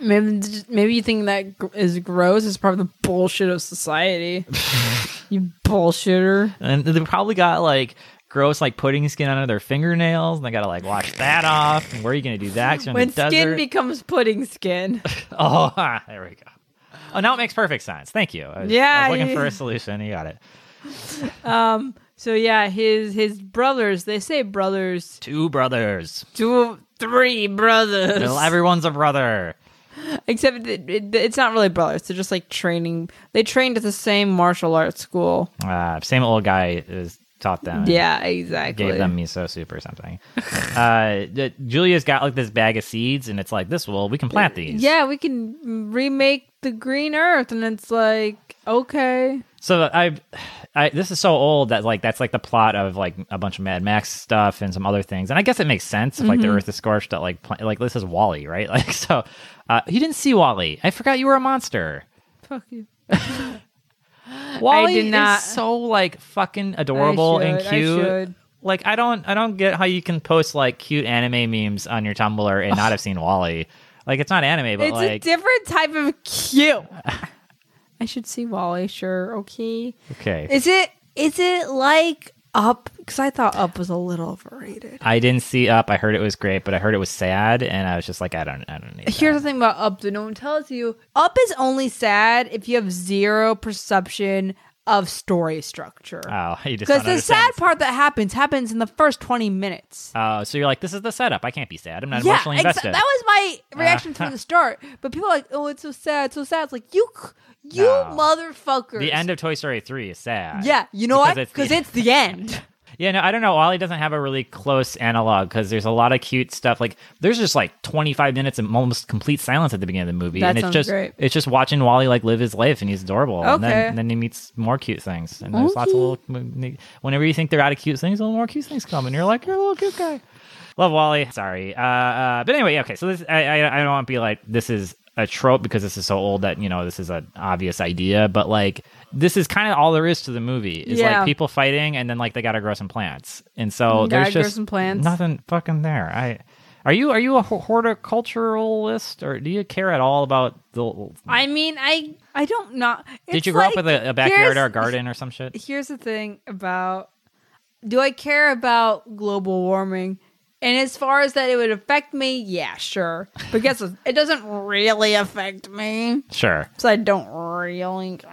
Speaker 1: Maybe, maybe you think that gr- is gross. It's probably the bullshit of society. you bullshitter.
Speaker 2: and they probably got like gross like pudding skin under their fingernails and they gotta like wash that off. And where are you gonna do that? 'Cause you're in
Speaker 1: When
Speaker 2: the
Speaker 1: skin
Speaker 2: desert.
Speaker 1: becomes pudding skin.
Speaker 2: Oh, ah, there we go. Oh, now it makes perfect sense. Thank you. I was,
Speaker 1: Yeah,
Speaker 2: I was looking
Speaker 1: you-
Speaker 2: for a solution. You got it.
Speaker 1: so yeah, his his brothers. They say brothers.
Speaker 2: Two brothers.
Speaker 1: Two, three brothers.
Speaker 2: Well, everyone's a brother.
Speaker 1: Except it, it, it's not really brothers. They're just like training. They trained at the same martial arts school.
Speaker 2: Uh, same old guy is taught them. and
Speaker 1: Yeah, exactly.
Speaker 2: Gave them miso soup or something. uh, the- Julia's got like this bag of seeds, and it's like this will we can plant these.
Speaker 1: yeah, we can remake the green earth, and it's like okay.
Speaker 2: So I, I this is so old that like that's like the plot of like a bunch of Mad Max stuff and some other things. And I guess it makes sense if like
Speaker 1: Mm-hmm.
Speaker 2: the Earth is scorched that like pl- like this is Wally, right? Like so, uh, you didn't see Wally. I forgot you were a monster.
Speaker 1: Fuck you.
Speaker 2: Wally
Speaker 1: did not-
Speaker 2: is so like fucking adorable and
Speaker 1: should, I
Speaker 2: cute.
Speaker 1: should.
Speaker 2: Like I don't I don't get how you can post like cute anime memes on your Tumblr and not have seen Wally. Like it's not anime, but
Speaker 1: it's a
Speaker 2: like
Speaker 1: different type of cute. I should see Wally. Sure. Okay.
Speaker 2: okay.
Speaker 1: Is it? Is it like Up? Because I thought Up was a little overrated.
Speaker 2: I didn't see Up. I heard it was great, but I heard it was sad, and I was just like, I don't, I don't need. that.
Speaker 1: Here's the thing about Up that no one tells you. Up is only sad if you have zero perception of story structure.
Speaker 2: Oh, you just
Speaker 1: Because
Speaker 2: don't
Speaker 1: the
Speaker 2: understand.
Speaker 1: sad part that happens happens in the first 20 minutes.
Speaker 2: Oh, so you're like, this is the setup. I can't be sad. I'm not
Speaker 1: yeah,
Speaker 2: emotionally
Speaker 1: exa-
Speaker 2: invested. Ah.
Speaker 1: that was my reaction from the start. But people are like, oh, it's so sad, so sad. It's like, you, c- you
Speaker 2: No.
Speaker 1: motherfuckers.
Speaker 2: the end of Toy Story three is sad.
Speaker 1: Yeah, you know what?
Speaker 2: Because
Speaker 1: Because
Speaker 2: it's
Speaker 1: it's the end.
Speaker 2: Yeah, no, I don't know. Wally doesn't have a really close analog because there's a lot of cute stuff. Like there's just like 25 minutes of almost complete silence at the beginning of the movie,
Speaker 1: That
Speaker 2: and it's
Speaker 1: sounds
Speaker 2: just
Speaker 1: great.
Speaker 2: it's just watching Wally like live his life, and he's adorable. And then,
Speaker 1: Okay.
Speaker 2: and then he meets more cute things, and there's lots of little. Whenever you think they're out of cute things, little more cute things come, and you're like, you're a little cute guy. Love Wally. Sorry, uh, uh, but anyway, yeah, okay. So this, I, I, I don't want to be like this is a trope because this is so old that you know this is an obvious idea, but like this is kind of all there is to the movie is
Speaker 1: Yeah.
Speaker 2: like people fighting and then like they gotta grow some plants, and so
Speaker 1: Mm,
Speaker 2: there's
Speaker 1: gotta grow
Speaker 2: just
Speaker 1: some plants.
Speaker 2: nothing fucking there. I are you are you a ho- horticulturalist or do you care at all about the?
Speaker 1: I mean, I I don't not.
Speaker 2: Did
Speaker 1: it's
Speaker 2: you grow
Speaker 1: like-
Speaker 2: up with a, a backyard
Speaker 1: here's-
Speaker 2: or a garden or some shit?
Speaker 1: Here's the thing about do I care about global warming? And as far as that it would affect me, yeah, sure. But guess what? It doesn't really affect me,
Speaker 2: Sure.
Speaker 1: so I don't really. care.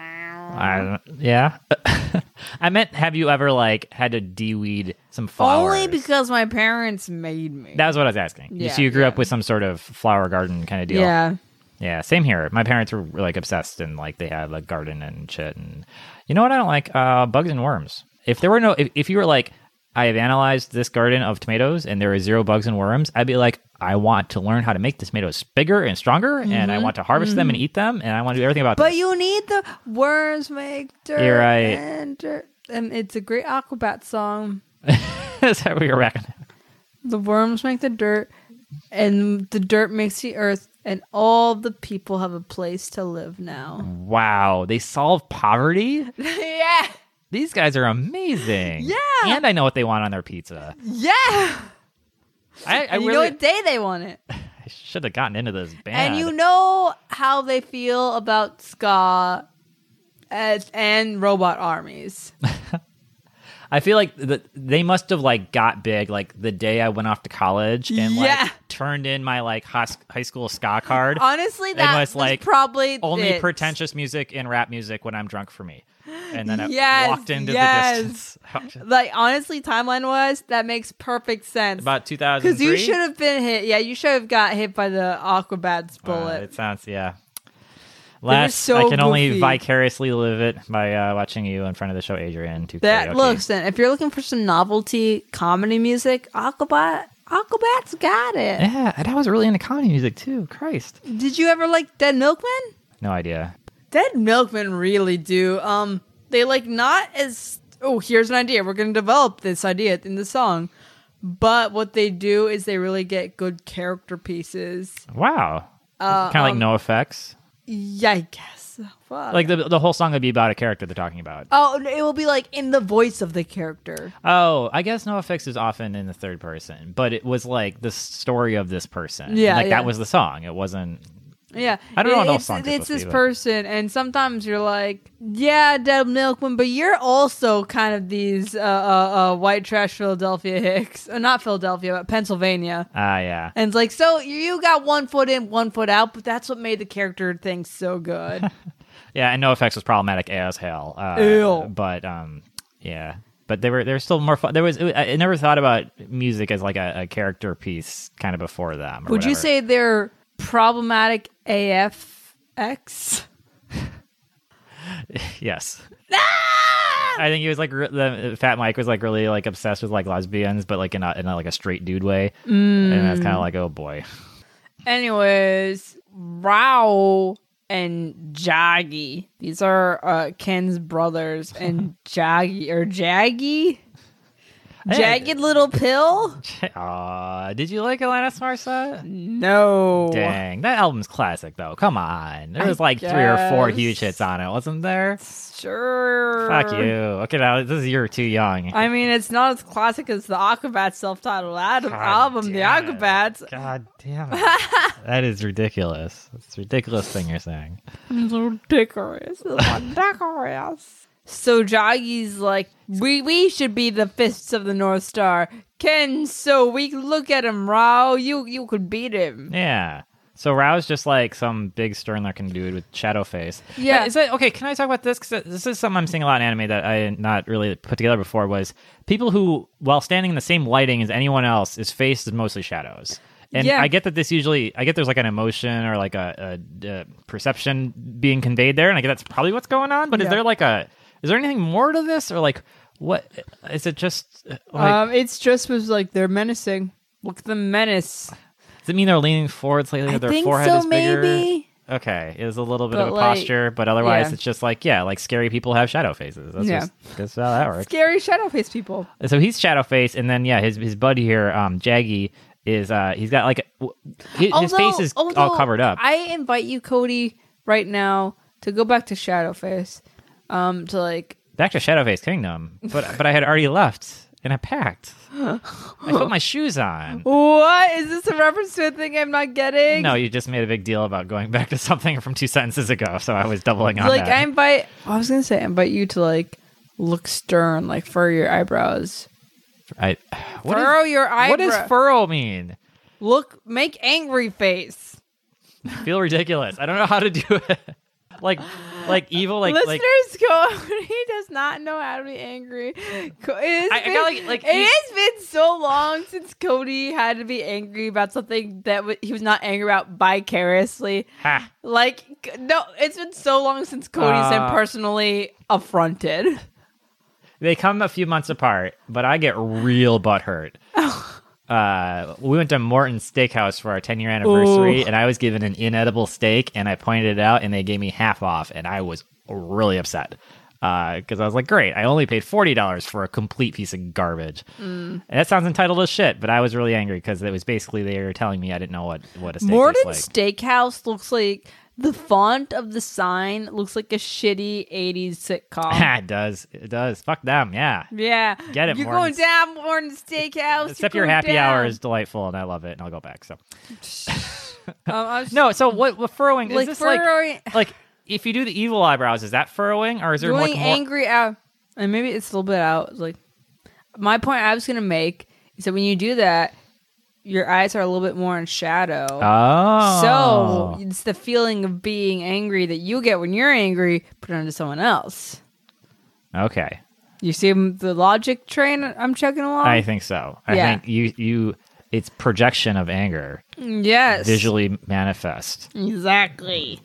Speaker 2: I don't, yeah. I meant, have you ever like had to deweed some flowers?
Speaker 1: Only because my parents made me.
Speaker 2: that was what I was asking. You-
Speaker 1: Yeah,
Speaker 2: so you grew up
Speaker 1: yeah.
Speaker 2: with some sort of flower garden kind of deal.
Speaker 1: yeah.
Speaker 2: Yeah, Same here. My parents were like obsessed and like they had like garden and shit. And you know what I don't like? Uh, bugs and worms. If there were no, if, if you were like, I have analyzed this garden of tomatoes and there are zero bugs and worms, I'd be like, I want to learn how to make the tomatoes bigger and stronger, and I want to harvest them and eat them, and I want to do everything about
Speaker 1: Mm-hmm. But
Speaker 2: this.
Speaker 1: you need the worms make dirt.
Speaker 2: You're right.
Speaker 1: And, dirt. and it's a great Aquabat song.
Speaker 2: Is that what you're reckoning?
Speaker 1: The worms make the dirt, and the dirt makes the earth, and all the people have a place to live now.
Speaker 2: Wow, they solve poverty?
Speaker 1: yeah.
Speaker 2: These guys are amazing.
Speaker 1: Yeah.
Speaker 2: And I know what they want on their pizza.
Speaker 1: Yeah.
Speaker 2: I, I
Speaker 1: And you know
Speaker 2: really
Speaker 1: what day they want it.
Speaker 2: should have gotten into this band.
Speaker 1: And you know how they feel about ska as, and robot armies.
Speaker 2: I feel like the, they must have like got big like the day I went off to college and
Speaker 1: Yeah.
Speaker 2: like turned in my like hos- high school ska card.
Speaker 1: Honestly, that
Speaker 2: must,
Speaker 1: was
Speaker 2: like,
Speaker 1: probably
Speaker 2: Only
Speaker 1: it.
Speaker 2: pretentious music and rap music when I'm drunk for me. And then I
Speaker 1: Yes,
Speaker 2: walked into
Speaker 1: yes.
Speaker 2: the distance.
Speaker 1: Like honestly, timeline was that makes perfect sense.
Speaker 2: About 2003.
Speaker 1: Because you should have been hit. Yeah, you should have got hit by the Aquabats
Speaker 2: Uh,
Speaker 1: bullet.
Speaker 2: it sounds yeah. Last
Speaker 1: so
Speaker 2: I can only
Speaker 1: goofy.
Speaker 2: vicariously live it by uh, watching you in front of the show, Adrian. Do
Speaker 1: that
Speaker 2: karaoke.
Speaker 1: looks. And if you're looking for some novelty comedy music, Aquabat Aquabats got it.
Speaker 2: Yeah, and I was really into comedy music too. Christ,
Speaker 1: Did you ever like Dead Milkmen?
Speaker 2: no idea.
Speaker 1: Dead Milkmen really do. Um, they like not as. Oh, here's an idea. We're gonna develop this idea in the song. But what they do is they really get good character pieces.
Speaker 2: Wow,
Speaker 1: Uh,
Speaker 2: kind of like no effects.
Speaker 1: Yeah, I guess. Fuck.
Speaker 2: Like the the whole song would be about a character they're talking about.
Speaker 1: Oh, it will be like in the voice of the character.
Speaker 2: Oh, I guess no effects is often in the third person, but it was like the story of this person.
Speaker 1: Yeah,
Speaker 2: like
Speaker 1: yeah.
Speaker 2: that was the song. It wasn't.
Speaker 1: Yeah,
Speaker 2: I don't know what
Speaker 1: It's,
Speaker 2: songs it's
Speaker 1: it's this
Speaker 2: supposed to be, but-
Speaker 1: person, and sometimes you're like, "Yeah, dead milkman," but you're also kind of these uh, uh, uh, white trash Philadelphia hicks, uh, not Philadelphia, but Pennsylvania.
Speaker 2: Ah, yeah.
Speaker 1: And it's like, so you got one foot in, one foot out, but that's what made the character thing so good.
Speaker 2: Yeah, and NoFX was problematic as hell. Uh,
Speaker 1: Ew.
Speaker 2: But um, yeah, but they were they were still more fun. There was I I never thought about music as like a, a character piece kind of before them. or
Speaker 1: Would you
Speaker 2: whatever.
Speaker 1: say they're problematic AFX?
Speaker 2: yes?
Speaker 1: Ah!
Speaker 2: I think he was like re- the uh, Fat Mike was like really like obsessed with like lesbians, but like in a, in a like a straight dude way, and that's kind of like oh boy.
Speaker 1: Anyways, Rao and Jaggy. These are uh, Ken's brothers and Jaggy or Jaggy. Jagged little pill?
Speaker 2: Aw, did you like Alanis Morissette?
Speaker 1: No.
Speaker 2: Dang, that album's classic though. Come on, there was like three or four
Speaker 1: guess.
Speaker 2: huge hits on it, wasn't there?
Speaker 1: Sure.
Speaker 2: Fuck you. Okay, now this is you're too young.
Speaker 1: I mean, it's not as classic as the Aquabats self-titled ad-
Speaker 2: God
Speaker 1: album, The
Speaker 2: damn it.
Speaker 1: Aquabats.
Speaker 2: God damn it. that is ridiculous. That's a ridiculous thing you're saying.
Speaker 1: It's ridiculous. It's ridiculous. So Joggy's like, we we should be the fists of the North Star. Ken so weak. Look at him, Rao. You you could beat him.
Speaker 2: Yeah. So Rao's just like some big stern looking dude with shadow face.
Speaker 1: Yeah.
Speaker 2: Uh, Is that okay? Can I talk about this? Because this is something I'm seeing a lot in anime that I had not really put together before. Was people who, while standing in the same lighting as anyone else, is face is mostly shadows. And
Speaker 1: Yeah.
Speaker 2: I get that this usually, I get there's like an emotion or like a, a, a perception being conveyed there, and I get that's probably what's going on. But is
Speaker 1: Yeah.
Speaker 2: there like a, is there anything more to this, or like what is it just? uh, Like,
Speaker 1: um, it's just was like they're menacing. Look at the menace.
Speaker 2: Does it mean they're leaning forward slightly?
Speaker 1: I
Speaker 2: their
Speaker 1: think
Speaker 2: forehead
Speaker 1: so,
Speaker 2: is bigger.
Speaker 1: maybe.
Speaker 2: Okay, it is a little bit
Speaker 1: But,
Speaker 2: of a
Speaker 1: like,
Speaker 2: posture, but otherwise
Speaker 1: yeah.
Speaker 2: it's just like yeah, like scary people have shadow faces. That's
Speaker 1: Yeah.
Speaker 2: just that's how that works.
Speaker 1: Scary shadow face people.
Speaker 2: So he's shadow face, and then yeah, his his buddy here, um, Jaggy, is uh he's got like a- w- his, his face is all
Speaker 1: although
Speaker 2: covered up.
Speaker 1: I invite you, Cody, right now to go back to Shadowface, um, to like
Speaker 2: Back to Shadowface Kingdom, but but I had already left and I packed. I put my shoes on.
Speaker 1: what is this a reference to a thing I'm not getting?
Speaker 2: No, you just made a big deal about going back to something from two sentences ago, so I was doubling on
Speaker 1: like
Speaker 2: that.
Speaker 1: I invite. I was gonna say I invite you to like look stern, like furrow your eyebrows,
Speaker 2: I, what is-
Speaker 1: furrow your eyebrows,
Speaker 2: what does furrow mean?
Speaker 1: look, make angry face.
Speaker 2: Feel ridiculous. I don't know how to do it. like like evil like like
Speaker 1: Listeners, Cody does not know how to be angry. Co- It has
Speaker 2: I- I
Speaker 1: been,
Speaker 2: got, like- like,
Speaker 1: it
Speaker 2: you-
Speaker 1: has been so long since Cody had to be angry about something that w- he was not angry about vicariously.
Speaker 2: ha.
Speaker 1: Like, c- no, it's been so long since Cody's
Speaker 2: Uh,
Speaker 1: been personally affronted.
Speaker 2: They come a few months apart, but I get real butthurt. Uh, we went to Morton's Steakhouse for our 10 year anniversary,
Speaker 1: Ooh.
Speaker 2: and I was given an inedible steak, and I pointed it out, and they gave me half off, and I was really upset because I was like, "Great, I only paid forty dollars for a complete piece of garbage." And that sounds entitled as shit, but I was really angry because it was basically they were telling me I didn't know what what a steak
Speaker 1: Morton
Speaker 2: tastes like.
Speaker 1: Steakhouse looks like the font of the sign looks like a shitty 80s sitcom.
Speaker 2: it does, it does. Fuck them, yeah.
Speaker 1: yeah.
Speaker 2: Get it,
Speaker 1: You're
Speaker 2: Morton's-
Speaker 1: going down, Morton Steakhouse.
Speaker 2: Except
Speaker 1: you're
Speaker 2: your
Speaker 1: going
Speaker 2: happy
Speaker 1: down.
Speaker 2: hour is delightful, and I love it, and I'll go back. So.
Speaker 1: Um, I was
Speaker 2: No, so what, what furrowing
Speaker 1: Like,
Speaker 2: is this
Speaker 1: furrowing-
Speaker 2: like like if you do the evil eyebrows, is that furrowing or is there
Speaker 1: doing
Speaker 2: much more
Speaker 1: angry out and maybe it's a little bit out it's like my point i was gonna make is that when you do that your eyes are a little bit more in shadow
Speaker 2: Oh
Speaker 1: so it's the feeling of being angry that you get when you're angry put onto someone else
Speaker 2: Okay.
Speaker 1: you see m- the logic train i'm checking along
Speaker 2: I think so. I
Speaker 1: um, Yeah.
Speaker 2: think you you it's projection of anger
Speaker 1: yes
Speaker 2: visually manifest.
Speaker 1: exactly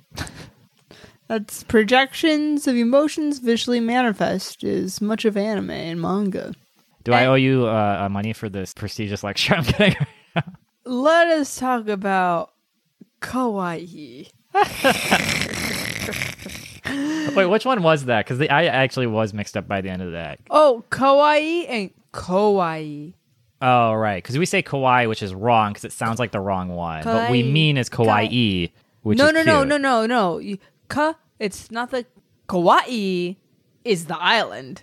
Speaker 1: that's projections of emotions visually manifest is much of anime and manga
Speaker 2: Do I owe you uh, uh, money for this prestigious lecture I'm getting?
Speaker 1: let us talk about kawaii.
Speaker 2: Wait, which one was that? Because I actually was mixed up by the end of that.
Speaker 1: Oh, kawaii and kawaii.
Speaker 2: Oh, right. Because we say kawaii, which is wrong because it sounds like the wrong one. But we
Speaker 1: Kawaii.
Speaker 2: mean is kawaii, which
Speaker 1: No,
Speaker 2: is
Speaker 1: no, no,
Speaker 2: cute.
Speaker 1: no, no, no. You- Ka, it's not the kawaii. Is the island?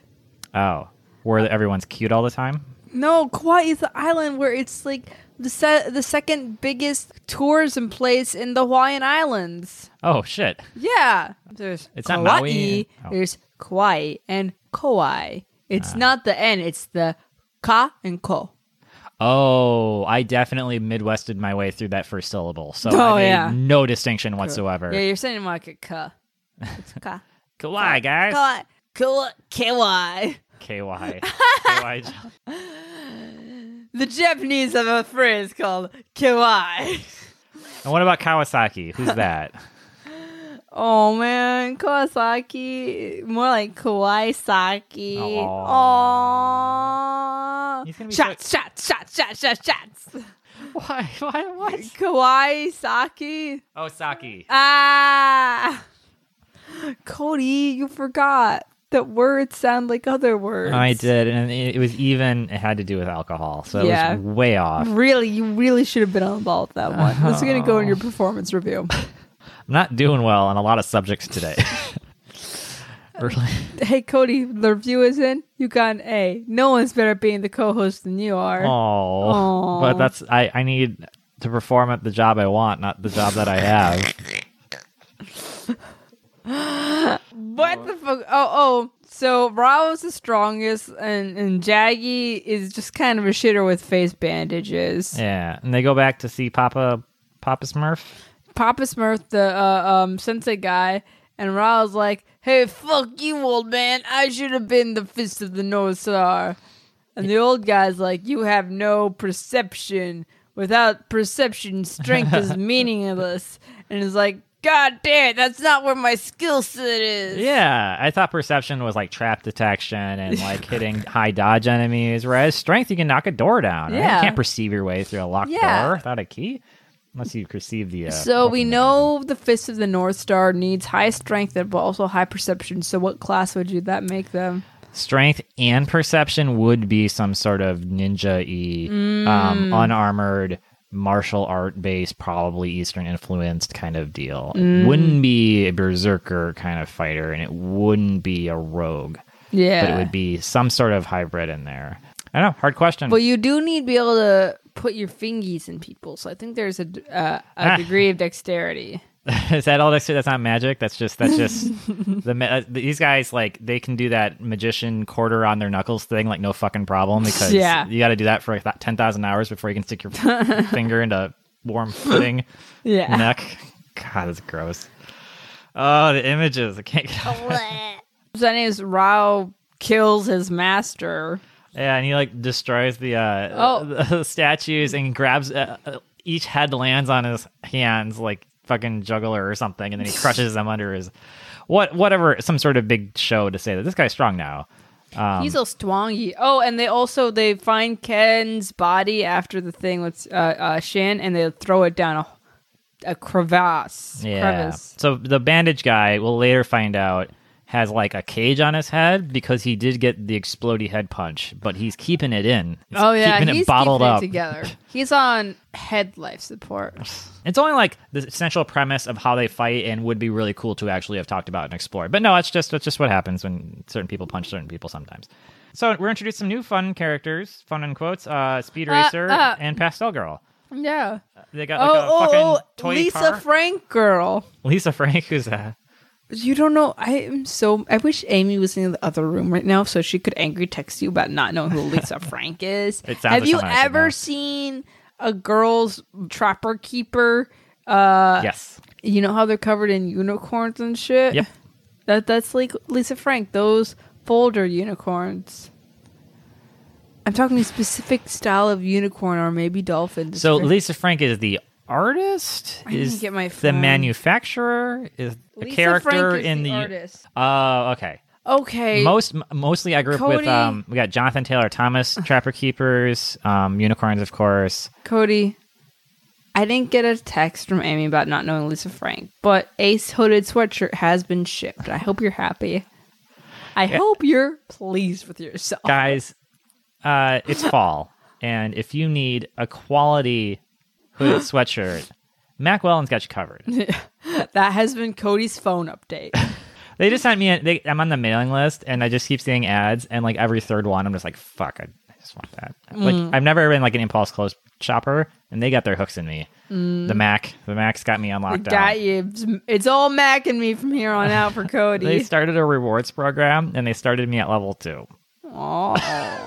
Speaker 2: Oh, where everyone's cute all the time?
Speaker 1: No, Kauai is the island where it's like the se- the second biggest tourism place in the Hawaiian Islands.
Speaker 2: Oh, shit.
Speaker 1: Yeah, there's
Speaker 2: It's not
Speaker 1: Kauai.
Speaker 2: Maui. Oh. Ah.
Speaker 1: There's Kauai and Kauai. It's not the N. It's the ka and ko.
Speaker 2: Oh, I definitely Midwested my way through that first syllable. So
Speaker 1: Oh,
Speaker 2: I made
Speaker 1: yeah.
Speaker 2: no distinction whatsoever.
Speaker 1: Yeah, you're sending like a ka. It's ka.
Speaker 2: Kawaii, guys.
Speaker 1: Kawaii. Kawaii. Kawaii.
Speaker 2: KY. KY.
Speaker 1: The Japanese have a phrase called kawaii.
Speaker 2: And what about Kawasaki? Who's that?
Speaker 1: Oh man, Kawasaki, more like Kawaisaki.
Speaker 2: Aw.
Speaker 1: Aww.
Speaker 2: He's gonna be
Speaker 1: Shots, shots, shots, shots, shots, shots.
Speaker 2: Why? Why? What?
Speaker 1: Kawaisaki.
Speaker 2: Oh, Saki.
Speaker 1: Ah. Cody, you forgot that words sound like other words.
Speaker 2: I did. And it it was even, it had to do with alcohol. So it
Speaker 1: Yeah.
Speaker 2: was way off. I'm
Speaker 1: Really, you really should have been on the ball with that one. This is going to go
Speaker 2: Oh.
Speaker 1: in your performance review.
Speaker 2: not doing well on a lot of subjects today. really?
Speaker 1: hey, Cody, the review is in. You got an A. No one's better at being the co host than you are.
Speaker 2: Oh. But that's, I, I need to perform at the job I want, not the job that I have.
Speaker 1: What the fuck? Oh, oh. So Rao's the strongest, and, and Jaggy is just kind of a shitter with face bandages.
Speaker 2: Yeah, and they go back to see Papa Papa Smurf.
Speaker 1: Papa Smurf, the uh, um, sensei guy, and Rao's like, hey, fuck you, old man. I should have been the fist of the North Star. And the old guy's like, you have no perception. Without perception, strength is meaningless. And is like, God damn, it, that's not where my skill set is.
Speaker 2: Yeah, I thought perception was like trap detection and like hitting high dodge enemies, whereas strength you can knock a door down. right?
Speaker 1: Yeah.
Speaker 2: you can't perceive your way through a locked
Speaker 1: Yeah.
Speaker 2: door without a key, unless you perceive the. Uh,
Speaker 1: So we
Speaker 2: opening.
Speaker 1: know the Fist of the North Star needs high strength, but also high perception. So what class would you that make them?
Speaker 2: strength and perception would be some sort of ninja y, um, unarmored martial art based, probably Eastern influenced kind of deal. It wouldn't be a berserker kind of fighter, and it wouldn't be a rogue,
Speaker 1: Yeah.
Speaker 2: but it would be some sort of hybrid in there. I don't know. Hard question.
Speaker 1: But you do need to be able to put your fingies in people. So I think there's a, d- uh,
Speaker 2: Ah.
Speaker 1: a degree of dexterity.
Speaker 2: Is that all that's that's not magic? That's just that's just the ma- uh, these guys like they can do that magician quarter on their knuckles thing like no fucking problem because
Speaker 1: Yeah.
Speaker 2: you got to do that for like that ten thousand hours before you can stick your finger into warm pudding
Speaker 1: Yeah.
Speaker 2: neck. God, that's gross. Oh, the images! I can't get. Off.
Speaker 1: So anyways, Rao kills his master.
Speaker 2: Yeah, and he like destroys the uh,
Speaker 1: Oh.
Speaker 2: the statues and grabs uh, uh, each head lands on his hands like fucking juggler or something, and then he crushes them under his what whatever some sort of big show to say that this guy's strong now. Um,
Speaker 1: He's all stwangy. Oh, and they also they find Ken's body after the thing with uh, uh, Shin, and they throw it down a, a crevasse. Crevice.
Speaker 2: So the bandage guy, we'll later find out, has like a cage on his head because he did get the explodey head punch, but he's keeping it in. He's
Speaker 1: Oh yeah,
Speaker 2: keeping
Speaker 1: he's
Speaker 2: it bottled
Speaker 1: keeping it
Speaker 2: up.
Speaker 1: together. He's on head life support.
Speaker 2: It's only like the central premise of how they fight and would be really cool to actually have talked about and explored. But no, it's just it's just what happens when certain people punch certain people sometimes. So we're introduced some new fun characters, fun in quotes, uh, Speed
Speaker 1: Uh,
Speaker 2: Racer
Speaker 1: uh.
Speaker 2: and Pastel Girl.
Speaker 1: Yeah.
Speaker 2: They got like
Speaker 1: Oh,
Speaker 2: a fucking
Speaker 1: oh, oh,
Speaker 2: toy
Speaker 1: Lisa
Speaker 2: car.
Speaker 1: Frank girl.
Speaker 2: Lisa Frank, who's that?
Speaker 1: You don't know. I am so. I wish Amy was in the other room right now so she could angry text you about not knowing who Lisa Frank is.
Speaker 2: It sounds
Speaker 1: Have
Speaker 2: like
Speaker 1: you
Speaker 2: something I should know.
Speaker 1: ever seen a girl's trapper keeper? Uh,
Speaker 2: yes.
Speaker 1: you know how they're covered in unicorns and shit.
Speaker 2: Yep.
Speaker 1: That that's like Lisa Frank. Those folder unicorns. I'm talking a specific style of unicorn or maybe dolphin.
Speaker 2: So
Speaker 1: description.
Speaker 2: Lisa Frank is the artist.
Speaker 1: didn't
Speaker 2: is
Speaker 1: get my
Speaker 2: the
Speaker 1: phone.
Speaker 2: manufacturer is a
Speaker 1: Lisa
Speaker 2: character
Speaker 1: Frank is
Speaker 2: in
Speaker 1: the
Speaker 2: the.
Speaker 1: artist.
Speaker 2: Oh, okay.
Speaker 1: okay,
Speaker 2: Most m- mostly, I grew up with.
Speaker 1: Cody-
Speaker 2: Um, we got Jonathan Taylor Thomas, Trapper Keepers, um, Unicorns, of course.
Speaker 1: Cody, I didn't get a text from Amy about not knowing Lisa Frank, but Ace Hooded Sweatshirt has been shipped. I hope you're happy. I hope you're pleased with yourself.
Speaker 2: Guys, uh, it's fall, and if you need a quality hooded sweatshirt, Mac Wellen's got you covered.
Speaker 1: That has been Cody's phone update.
Speaker 2: They just sent me. A, they, I'm on the mailing list, and I just keep seeing ads, and like every third one, I'm just like, "Fuck, I, I just want that."
Speaker 1: Mm.
Speaker 2: Like I've never been like an impulse clothes shopper, and they got their hooks in me. The Mac, the Mac's got me on
Speaker 1: I
Speaker 2: lockdown.
Speaker 1: Mm. got you. It's all Mac and me from here on out for
Speaker 2: They
Speaker 1: Cody.
Speaker 2: started a rewards program, and they started me at level two.
Speaker 1: Oh,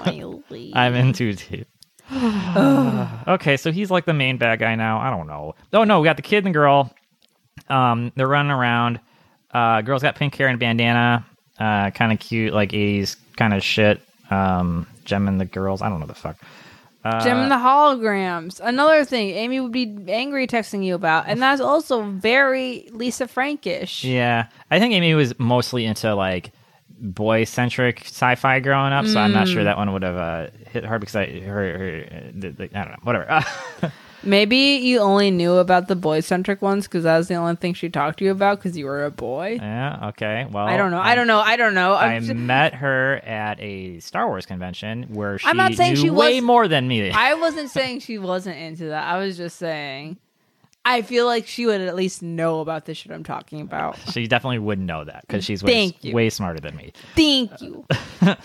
Speaker 1: Ailey.
Speaker 2: I'm in too deep. okay, so he's like the main bad guy now. I don't know. Oh no, we got the kid and the girl. Um, they're running around. Uh, girl's got pink hair and bandana. Uh, kind of cute, like '80s kind of shit. Um, Gem and the girls. I don't know the fuck.
Speaker 1: Jim and the holograms. Another thing Amy would be angry texting you about, and that's also very Lisa Frankish.
Speaker 2: Yeah, I think Amy was mostly into like boy centric sci fi growing up, so I'm not
Speaker 1: Mm.
Speaker 2: sure that one would have uh, hit hard because I, her, her, uh, the- the- I don't know, whatever.
Speaker 1: Maybe you only knew about the boy centric ones because that was the only thing she talked to you about because you were a boy.
Speaker 2: yeah, okay. Well,
Speaker 1: I don't know. I don't know. I don't know.
Speaker 2: I
Speaker 1: I'm just-
Speaker 2: met her at a Star Wars convention where she
Speaker 1: I'm not saying
Speaker 2: knew
Speaker 1: she
Speaker 2: way
Speaker 1: was-
Speaker 2: more than me.
Speaker 1: I wasn't saying she wasn't into that. I was just saying I feel like she would at least know about the shit I'm talking about.
Speaker 2: she definitely wouldn't know that because she's way,
Speaker 1: Thank you.
Speaker 2: way smarter than me.
Speaker 1: Thank you.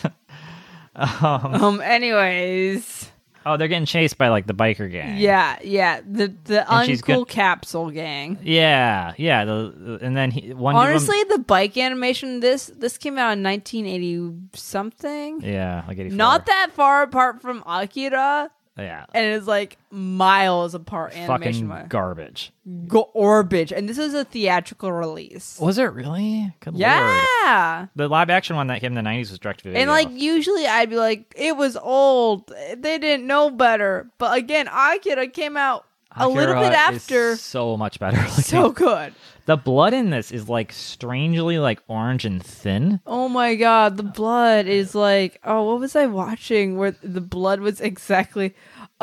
Speaker 1: um, anyways.
Speaker 2: Oh, they're getting chased by like the biker gang.
Speaker 1: Yeah, yeah. The the
Speaker 2: And she's
Speaker 1: uncool
Speaker 2: gon-
Speaker 1: capsule gang.
Speaker 2: yeah, yeah. The, and then he, one of 'em-
Speaker 1: Honestly, the bike animation this this came out in 1980 something.
Speaker 2: yeah, like 84.
Speaker 1: Not that far apart from Akira,
Speaker 2: yeah,
Speaker 1: and it's like miles apart animation
Speaker 2: fucking
Speaker 1: wise.
Speaker 2: garbage.
Speaker 1: Garbage, and this is a theatrical release.
Speaker 2: Was it really? Good lord.
Speaker 1: Yeah,
Speaker 2: The live action one that came in the 90s was direct to video.
Speaker 1: and like usually I'd be like, it was old, they didn't know better. But again, Akira came out a little
Speaker 2: Akira
Speaker 1: bit
Speaker 2: is
Speaker 1: after,
Speaker 2: so much better. looking.
Speaker 1: so good.
Speaker 2: the blood in this is like strangely like orange and thin.
Speaker 1: Oh my god, the blood is like oh, what was I watching where the blood was exactly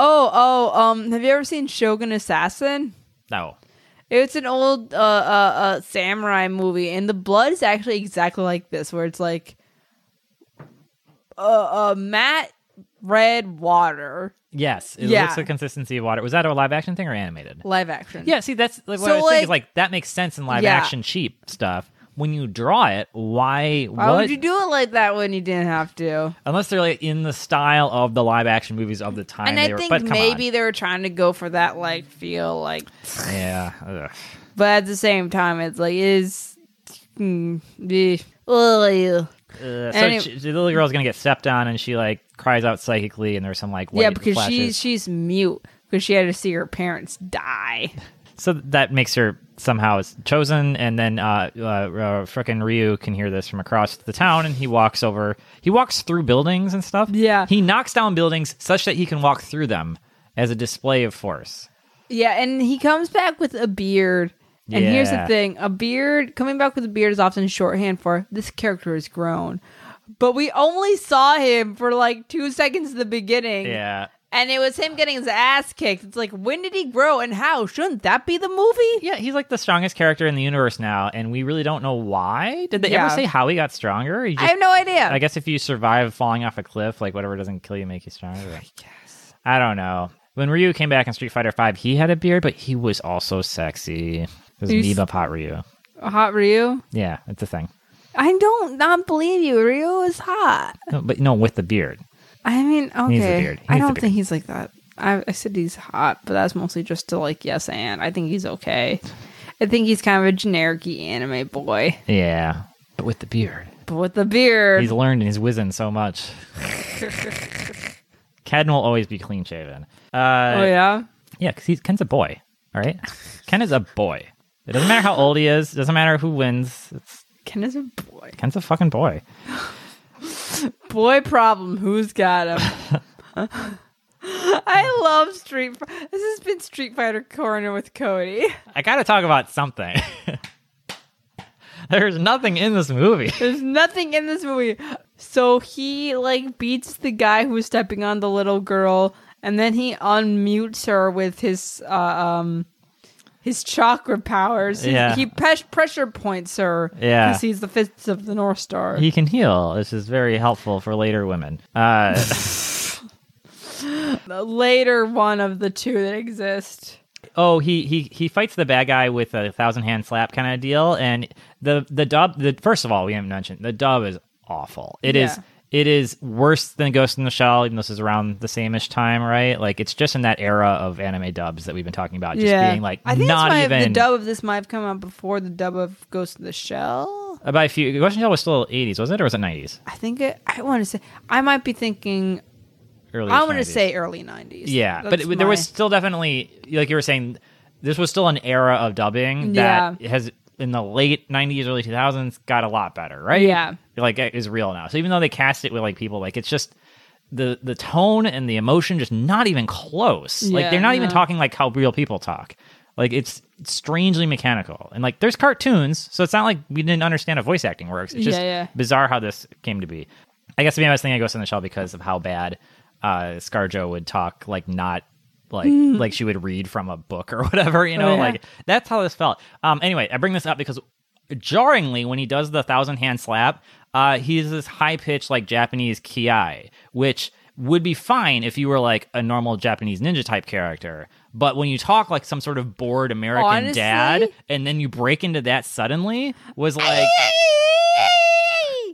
Speaker 1: Oh, oh, um, have you ever seen Shogun Assassin?
Speaker 2: No.
Speaker 1: It's an old uh, uh, uh, samurai movie, and the blood is actually exactly like this, where it's like uh, uh, matte
Speaker 3: red water.
Speaker 2: Yes, it
Speaker 3: Yeah.
Speaker 2: looks the consistency of water. Was that a live action thing or animated?
Speaker 3: Live action.
Speaker 2: Yeah, see, that's like what
Speaker 3: So,
Speaker 2: I was thinking.
Speaker 3: like-
Speaker 2: Is like that makes sense in live
Speaker 3: Yeah.
Speaker 2: action cheap stuff. When you draw it, why?
Speaker 1: Why
Speaker 2: what?
Speaker 1: would you do it like that when you didn't have to?
Speaker 2: Unless they're like in the style of the live action movies of the time.
Speaker 1: And
Speaker 2: they
Speaker 1: I
Speaker 2: were,
Speaker 1: think
Speaker 2: but come
Speaker 1: maybe they were trying to go for that like feel like,
Speaker 2: on. yeah. Ugh.
Speaker 1: but at the same time, it's like it is. Hmm, eh, ugh.
Speaker 2: Uh, so
Speaker 1: Any-
Speaker 2: she- the little girl's gonna get stepped on, and she like cries out psychically, and there's some like
Speaker 1: yeah,
Speaker 2: white
Speaker 1: because she's
Speaker 2: flashes.
Speaker 1: she's mute because she had to see her parents die.
Speaker 2: so that makes her somehow is chosen, and then uh, uh, uh frickin' Ryu can hear this from across the town, and he walks over. He walks through buildings and stuff.
Speaker 1: Yeah.
Speaker 2: he knocks down buildings such that he can walk through them as a display of force.
Speaker 1: Yeah, and he comes back with a beard. And here's the
Speaker 2: Yeah.
Speaker 1: thing a beard, coming back with a beard is often shorthand for this character is grown. But we only saw him for like two seconds at the beginning.
Speaker 2: Yeah,
Speaker 1: And it was him getting his ass kicked. It's like, when did he grow and how? Shouldn't that be the movie?
Speaker 2: yeah, he's like the strongest character in the universe now, and we really don't know why. Did they
Speaker 1: Yeah.
Speaker 2: ever say how he got stronger? He
Speaker 1: I have no idea.
Speaker 2: I guess if you survive falling off a cliff, like whatever doesn't kill you make you stronger. I guess. I don't know. When Ryu came back in Street Fighter Five, he had a beard, but he was also sexy. It was
Speaker 1: He's-
Speaker 2: Neba Pot Ryu.
Speaker 1: hot Ryu?
Speaker 2: Yeah, it's a thing.
Speaker 1: I don't not believe you. Ryu is hot.
Speaker 2: No, but no, with the beard.
Speaker 1: I mean, okay.
Speaker 2: needs a beard. He
Speaker 1: I
Speaker 2: needs a
Speaker 1: don't
Speaker 2: beard.
Speaker 1: think he's like that. I, I said he's hot, but that's mostly just to like yes and. I think he's okay. I think he's kind of a generic anime boy,
Speaker 2: Yeah, but with the beard.
Speaker 1: but with the beard.
Speaker 2: He's learned and he's wizened so much. Ken will always be clean shaven. Uh,
Speaker 1: oh yeah,
Speaker 2: Yeah, because Ken's a boy. All right, Ken is a boy. It doesn't matter how old he is. Doesn't matter who wins. It's,
Speaker 1: Ken is a boy.
Speaker 2: Ken's a fucking boy.
Speaker 1: Boy problem. Who's got him? I love Street. Fi- This has been Street Fighter Corner with Cody.
Speaker 2: I gotta talk about something. There's nothing in this movie.
Speaker 1: There's nothing in this movie. So he like beats the guy who's stepping on the little girl, and then he unmutes her with his uh, um his chakra powers. He-
Speaker 2: Yeah.
Speaker 1: He pres- pressure points her.
Speaker 2: Yeah.
Speaker 1: because he's the fists of the North Star.
Speaker 2: He can heal. This is very helpful for later women. Uh,
Speaker 1: the later one of the two that exist.
Speaker 2: oh, he, he he fights the bad guy with a thousand hand slap kind of deal. And the the dub. The first of all, we haven't mentioned the dub is awful. It is
Speaker 1: Yeah.
Speaker 2: it is worse than Ghost in the Shell. Even though this is around the sameish time, right? Like it's just in that era of anime dubs that we've been talking about. Just being like
Speaker 1: I think this
Speaker 2: not
Speaker 1: might have-
Speaker 2: even
Speaker 1: the dub of this might have come out before the dub of Ghost in the Shell.
Speaker 2: About a few. Ghost in the Shell was still 80s, was it, or was it 90s?
Speaker 1: I think it, I want to say I might be thinking
Speaker 2: Early.
Speaker 1: I want to
Speaker 2: 90s.
Speaker 1: say early '90s.
Speaker 2: Yeah, but
Speaker 1: That's
Speaker 2: it, there was
Speaker 1: my-
Speaker 2: still definitely like you were saying, this was still an era of dubbing that has in the late '90s, early 2000s got a lot better, right?
Speaker 1: Yeah.
Speaker 2: like it is real now. So even though they cast it with like people, like it's just the the tone and the emotion just not even close. like
Speaker 1: Yeah,
Speaker 2: they're not even
Speaker 1: no.
Speaker 2: talking like how real people talk. Like it's strangely mechanical, and like there's cartoons, so it's not like we didn't understand how voice acting works. It's just
Speaker 1: Yeah, yeah.
Speaker 2: bizarre how this came to be. I guess maybe I was thinking I Ghost in the Shell because of how bad uh, ScarJo would talk, like not like like she would read from a book or whatever, you know.
Speaker 1: Hmm. Oh, yeah.
Speaker 2: Like that's how this felt. Um, anyway, I bring this up because jarringly, when he does the thousand hand slap, uh, he does this high pitched like Japanese ki, which would be fine if you were like a normal Japanese ninja type character. But when you talk like some sort of bored American
Speaker 1: Honestly?
Speaker 2: dad, and then you break into that suddenly, was like.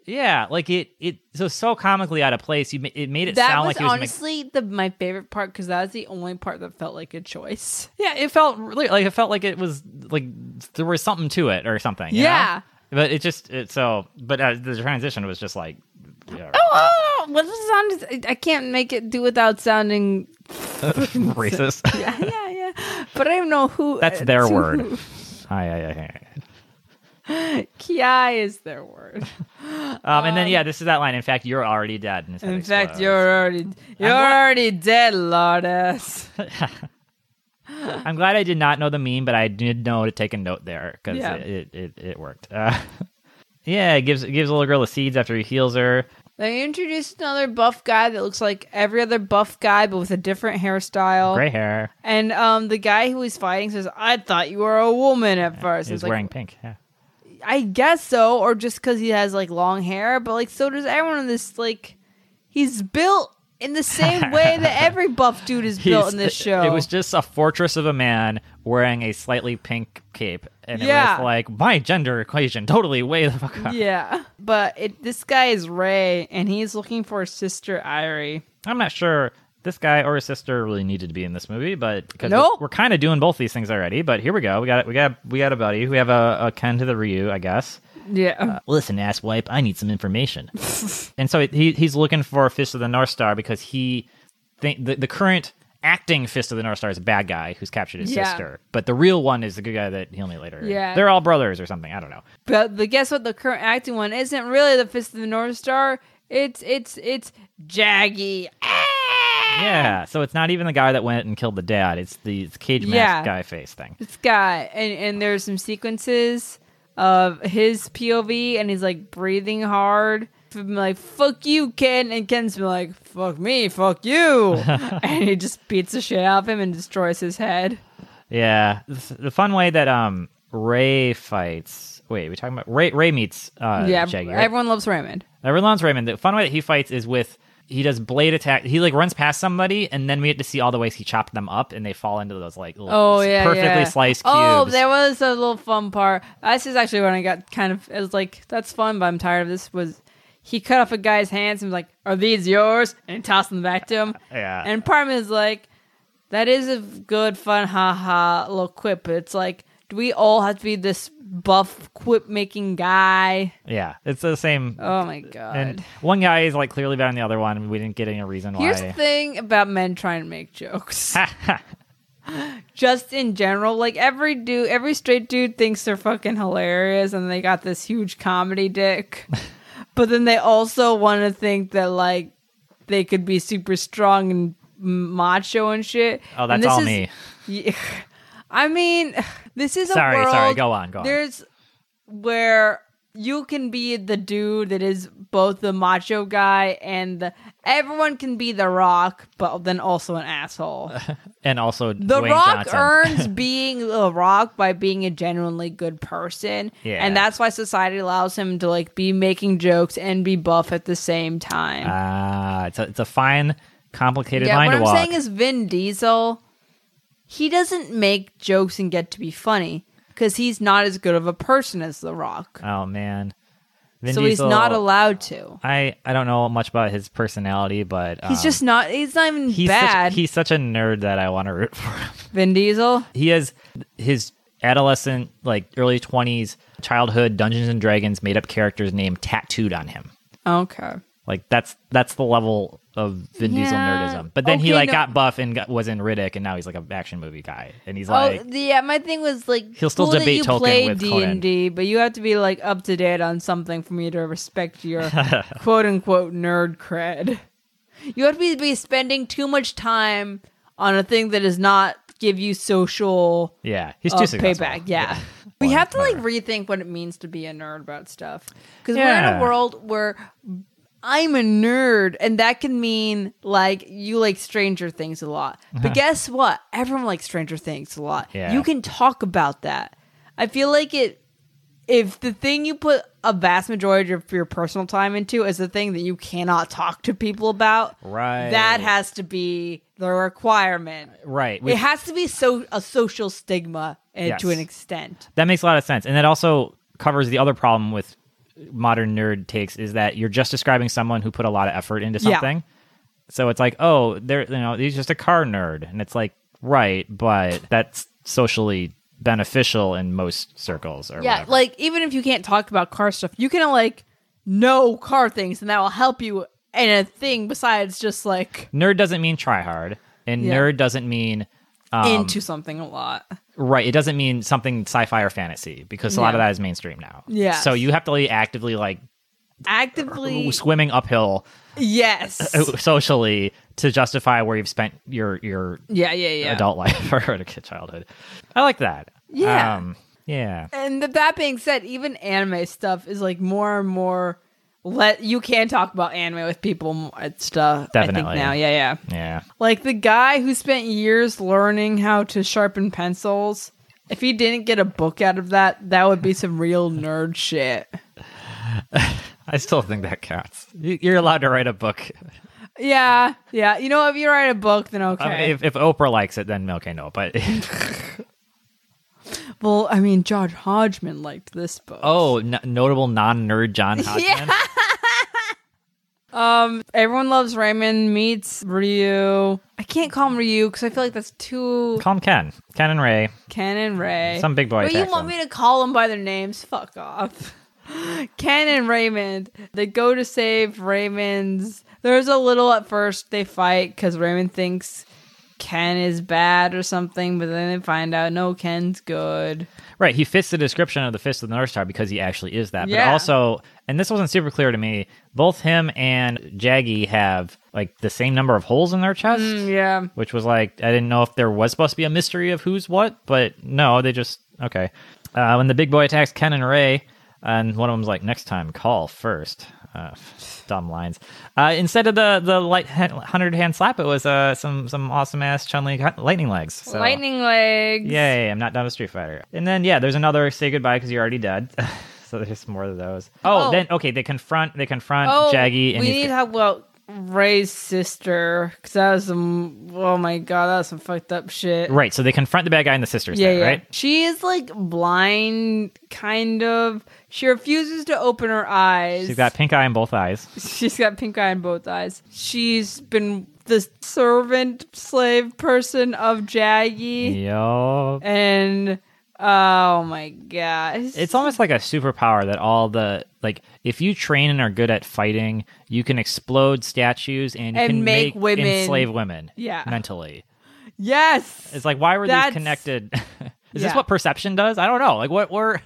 Speaker 2: Yeah, like it, it so so comically out of place. You ma- it made it
Speaker 1: That
Speaker 2: sound
Speaker 1: was
Speaker 2: like he was ma-
Speaker 1: honestly the my favorite part because that was the only part that felt like a choice.
Speaker 2: yeah. It felt really like it felt like it was like there was something to it or something. you know?
Speaker 1: Yeah.
Speaker 2: but it just it, so but uh, the transition was just like yeah,
Speaker 1: Oh, what does it sound? I can't make it do without sounding.
Speaker 2: racist.
Speaker 1: Yeah, yeah, yeah. But I don't know who.
Speaker 2: That's
Speaker 1: uh,
Speaker 2: their
Speaker 1: to
Speaker 2: word.
Speaker 1: who-
Speaker 2: Aye, aye, aye, aye.
Speaker 1: Ki is their word.
Speaker 2: Um, and then yeah, this is that line. In fact, you're already dead. And his head
Speaker 1: In fact,
Speaker 2: explodes.
Speaker 1: you're already you're
Speaker 2: wa-
Speaker 1: already dead, Lourdes.
Speaker 2: I'm glad I did not know the meme, but I did know to take a note there because
Speaker 1: Yeah.
Speaker 2: it, it, it it worked. Uh, yeah, it gives it gives the little girl the seeds after he heals her.
Speaker 1: They introduced another buff guy that looks like every other buff guy, but with a different hairstyle.
Speaker 2: Gray hair.
Speaker 1: And um, the guy who he's fighting says, "I thought you were a woman at first."
Speaker 2: He was
Speaker 1: It's like,
Speaker 2: wearing pink. Yeah.
Speaker 1: I guess so, or just because he has like long hair. But like, so does everyone in this. Like, he's built in the same way that every buff dude is built
Speaker 2: He's- uh,
Speaker 1: in this show.
Speaker 2: It was just a fortress of a man wearing a slightly pink cape, and it
Speaker 1: Yeah.
Speaker 2: was like my gender equation totally way the fuck up.
Speaker 1: yeah, but it, this guy is Ray, and he's looking for his sister Irie.
Speaker 2: I'm not sure this guy or his sister really needed to be in this movie, but because
Speaker 1: No.
Speaker 2: we're, kind of doing both these things already. But here we go. We got it. We got we got a buddy. We have a, a Ken to the Ryu, I guess.
Speaker 1: Yeah,
Speaker 2: Listen, asswipe, I need some information. and so he he's looking for Fist of the North Star because he think the, the current acting Fist of the North Star is a bad guy who's captured his
Speaker 1: Yeah.
Speaker 2: sister, but the real one is the good guy that he'll meet later.
Speaker 1: Yeah.
Speaker 2: they're all brothers or something. I don't know.
Speaker 1: but but guess what? The current acting one isn't really the Fist of the North Star. It's it's it's Jaggy. Ah!
Speaker 2: Yeah, so it's not even the guy that went and killed the dad. It's the it's cage mask
Speaker 1: Yeah.
Speaker 2: guy face thing.
Speaker 1: This guy, and and there's some sequences of his POV, and he's like breathing hard. I'm like fuck you, Ken, and Ken's been like fuck me, fuck you, and he just beats the shit out of him and destroys his head.
Speaker 2: Yeah, This- the fun way that um Ray fights. Wait, are we talking about Ray? Ray meets uh,
Speaker 1: yeah,
Speaker 2: Shaggy, right?
Speaker 1: everyone loves Raymond.
Speaker 2: Everyone loves Raymond. The fun way that he fights is with he does blade attack. He like runs past somebody, and then we get to see all the ways he chopped them up, and they fall into those like little
Speaker 1: Oh
Speaker 2: s-
Speaker 1: yeah,
Speaker 2: perfectly
Speaker 1: yeah.
Speaker 2: sliced cubes.
Speaker 1: Oh, there was a little fun part. This is actually when I got kind of it was like that's fun, but I'm tired of this. Was he cut off a guy's hands and was like, "Are these yours?" and tossed them back to him.
Speaker 2: Yeah.
Speaker 1: And part of me is like, that is a good, fun, haha little quip. But it's like, do we all have to be this buff quip making guy?
Speaker 2: yeah, it's the same.
Speaker 1: Oh my god.
Speaker 2: and one guy is like clearly better than the other one. and We didn't get any reason why.
Speaker 1: Here's the thing about men trying to make jokes.
Speaker 2: Ha, ha.
Speaker 1: just in general, like every dude, every straight dude thinks they're fucking hilarious and they got this huge comedy dick. but then they also want to think that like they could be super strong and macho and shit.
Speaker 2: oh,
Speaker 1: And
Speaker 2: that's
Speaker 1: this
Speaker 2: all
Speaker 1: is-
Speaker 2: me.
Speaker 1: Yeah. I mean, this is
Speaker 2: Sorry,
Speaker 1: a world.
Speaker 2: sorry, go on, go on.
Speaker 1: There's where you can be the dude that is both the macho guy and the, everyone can be the rock, but then also an asshole.
Speaker 2: And also
Speaker 1: The
Speaker 2: Dwayne
Speaker 1: Rock
Speaker 2: Johnson.
Speaker 1: earns being The Rock by being a genuinely good person,
Speaker 2: Yeah.
Speaker 1: and that's why society allows him to like be making jokes and be buff at the same time.
Speaker 2: Ah, it's a, it's a fine, complicated
Speaker 1: yeah,
Speaker 2: line
Speaker 1: what
Speaker 2: to
Speaker 1: I'm
Speaker 2: walk.
Speaker 1: saying is Vin Diesel, he doesn't make jokes and get to be funny because he's not as good of a person as The Rock,
Speaker 2: oh man, Vin
Speaker 1: so
Speaker 2: Diesel-
Speaker 1: he's not allowed to.
Speaker 2: I I don't know much about his personality, but um,
Speaker 1: He's just not. He's not even
Speaker 2: he's
Speaker 1: bad.
Speaker 2: Such, he's such a nerd that I want to root for him.
Speaker 1: Vin Diesel.
Speaker 2: He has his adolescent, like early twenties, childhood Dungeons and Dragons made up character's name tattooed on him.
Speaker 1: Okay.
Speaker 2: Like that's that's the level of Vin Diesel
Speaker 1: Yeah.
Speaker 2: nerdism. But then he
Speaker 1: Okay,
Speaker 2: like
Speaker 1: no-
Speaker 2: got buff and got, was in Riddick, and now he's like an action movie guy, and he's
Speaker 1: oh,
Speaker 2: like.
Speaker 1: the- yeah. My thing was like
Speaker 2: He'll still
Speaker 1: cool that
Speaker 2: debate
Speaker 1: you
Speaker 2: Tolkien
Speaker 1: play
Speaker 2: with
Speaker 1: D
Speaker 2: Conan.
Speaker 1: and D, but you have to be like up to date on something for me to respect your quote unquote nerd cred. You have to be, be spending too much time on a thing that does not give you social
Speaker 2: Yeah, he's
Speaker 1: uh,
Speaker 2: too successful.
Speaker 1: payback. Yeah. We have to like rethink what it means to be a nerd about stuff. Because we're in
Speaker 2: Yeah.
Speaker 1: a world where I'm a nerd, and that can mean like you like Stranger Things a lot. But guess what? Everyone likes Stranger Things a lot.
Speaker 2: Uh-huh. Yeah.
Speaker 1: You can talk about that. I feel like it. If the thing you put a vast majority of your personal time into is the thing that you cannot talk to people about,
Speaker 2: Right.
Speaker 1: That has to be the requirement,
Speaker 2: Right.
Speaker 1: it
Speaker 2: With-
Speaker 1: has to be so a social stigma uh,
Speaker 2: Yes.
Speaker 1: to an extent.
Speaker 2: That makes a lot of sense. And that also covers the other problem with modern nerd takes is that you're just describing someone who put a lot of effort into
Speaker 1: Yeah.
Speaker 2: something. So it's like, oh, they're you know, he's just a car nerd. And it's like, right, but that's socially beneficial in most circles or
Speaker 1: Yeah,
Speaker 2: whatever.
Speaker 1: like even if you can't talk about car stuff, you can like know car things, and that will help you in a thing besides just like
Speaker 2: nerd doesn't mean try hard. And
Speaker 1: Yeah.
Speaker 2: nerd doesn't mean Um,
Speaker 1: into something a lot.
Speaker 2: right it doesn't mean something sci-fi or fantasy because a lot of
Speaker 1: Yeah.
Speaker 2: that is mainstream now
Speaker 1: Yes.
Speaker 2: so you have to like, actively like
Speaker 1: Actively,
Speaker 2: swimming uphill
Speaker 1: yes,
Speaker 2: socially to justify where you've spent your your
Speaker 1: yeah, yeah, yeah.
Speaker 2: adult life or childhood. I like that. Um,
Speaker 1: Yeah.
Speaker 2: yeah.
Speaker 1: And th- that being said, even anime stuff is like more and more. Let you can talk about anime with people more and stuff. I
Speaker 2: Definitely.
Speaker 1: think now, yeah, yeah.
Speaker 2: Yeah.
Speaker 1: Like the guy who spent years learning how to sharpen pencils, if he didn't get a book out of that, that would be some real nerd shit.
Speaker 2: I still think that counts. You- You're allowed to write a book.
Speaker 1: Yeah, yeah. You know, if you write a book, then okay.
Speaker 2: I mean, if, if Oprah likes it, then okay, no. But
Speaker 1: well, I mean, George Hodgman liked this book.
Speaker 2: oh, n- notable non-nerd John Hodgman.
Speaker 1: Um, everyone loves Raymond meets Ryu. I can't call him Ryu because I feel like that's too
Speaker 2: Call him Ken, Ken and Ray.
Speaker 1: Ken and Ray.
Speaker 2: Some big boy
Speaker 1: But you
Speaker 2: attacks
Speaker 1: want
Speaker 2: them.
Speaker 1: me to call them by their names? Fuck off. Ken and Raymond. They go to save Raymond's. There's a little at first they fight because Raymond thinks Ken is bad or something, but then they find out no, Ken's good.
Speaker 2: Right, he fits the description of the Fist of the North Star because he actually is that.
Speaker 1: Yeah.
Speaker 2: But also, and this wasn't super clear to me, both him and Jaggy have like the same number of holes in their chest,
Speaker 1: Mm, Yeah.
Speaker 2: which was like I didn't know if there was supposed to be a mystery of who's what, but no, they just okay. Uh, when the big boy attacks Ken and Ray, and one of them's like, "Next time, call first. Uh, dumb lines. Uh, instead of the the light hundred hand slap, it was uh, some some awesome ass Chun Li lightning legs. So-
Speaker 1: Lightning legs.
Speaker 2: Yay, I'm not done with Street Fighter. And then yeah, there's another say goodbye because you're already dead. so there's just more of those. Oh,
Speaker 1: Oh.
Speaker 2: then okay, they confront they confront
Speaker 1: Oh,
Speaker 2: Jaggy and
Speaker 1: we
Speaker 2: he's
Speaker 1: need to talk about Ray's sister because that was some. Oh my god, that was some fucked up shit.
Speaker 2: right. So they confront the bad guy and the sisters.
Speaker 1: Yeah,
Speaker 2: there,
Speaker 1: yeah.
Speaker 2: right.
Speaker 1: She is like blind, kind of. She refuses to open her eyes.
Speaker 2: She's got pink eye in both eyes.
Speaker 1: She's got pink eye in both eyes. She's been the servant slave person of Jaggy,
Speaker 2: Yo.
Speaker 1: and oh my god,
Speaker 2: It's almost like a superpower that all the like if you train and are good at fighting, you can explode statues and you
Speaker 1: And
Speaker 2: can
Speaker 1: make women-
Speaker 2: enslave women.
Speaker 1: Yeah.
Speaker 2: Mentally.
Speaker 1: yes.
Speaker 2: It's like why were
Speaker 1: That's-
Speaker 2: these connected? Is
Speaker 1: Yeah.
Speaker 2: this what perception does? I don't know. Like what were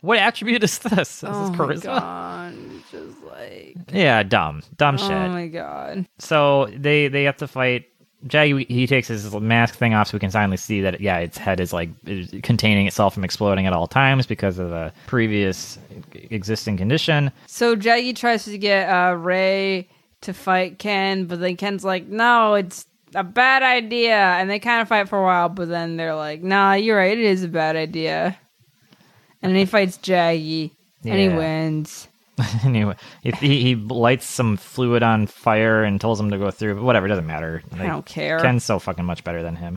Speaker 2: what attribute is this? Is
Speaker 1: oh
Speaker 2: this
Speaker 1: my
Speaker 2: charisma?
Speaker 1: god, just like
Speaker 2: Yeah, dumb, dumb
Speaker 1: oh
Speaker 2: shit.
Speaker 1: my god.
Speaker 2: So they they have to fight. Jaggy he takes his mask thing off so we can finally see that yeah its head is like is containing itself from exploding at all times because of a previous e-, existing condition.
Speaker 1: So Jaggy tries to get uh, Ray to fight Ken, but then Ken's like, "No, it's a bad idea." And they kind of fight for a while, but then they're like, "Nah, you're right. It is a bad idea." And then he fights Jaggy, and he
Speaker 2: Yeah.
Speaker 1: wins.
Speaker 2: anyway, he, he he lights some fluid on fire and tells him to go through. But whatever, it doesn't matter. Like,
Speaker 1: don't care.
Speaker 2: Ken's so fucking much better than him.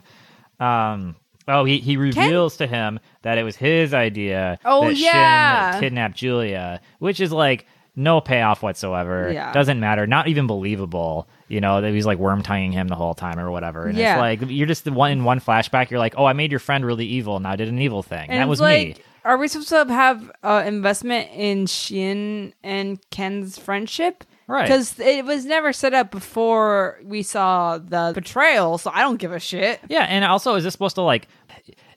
Speaker 2: Um. Oh, he, he reveals to him that it was his idea.
Speaker 1: Oh,
Speaker 2: that Shin
Speaker 1: yeah.
Speaker 2: kidnapped Julia, which is like no payoff whatsoever.
Speaker 1: Yeah.
Speaker 2: doesn't matter. Not even believable. You know that he's like worm tying him the whole time or whatever. And
Speaker 1: Yeah.
Speaker 2: it's like you're just the one in one flashback. You're like, oh, I made your friend really evil. Now I did an evil thing.
Speaker 1: And
Speaker 2: that
Speaker 1: it's
Speaker 2: was
Speaker 1: like,
Speaker 2: me.
Speaker 1: Are we supposed to have uh, investment in Shin and Ken's friendship?
Speaker 2: Right.
Speaker 1: Because it was never set up before we saw the betrayal, so I don't give a shit.
Speaker 2: Yeah, and also, is this supposed to like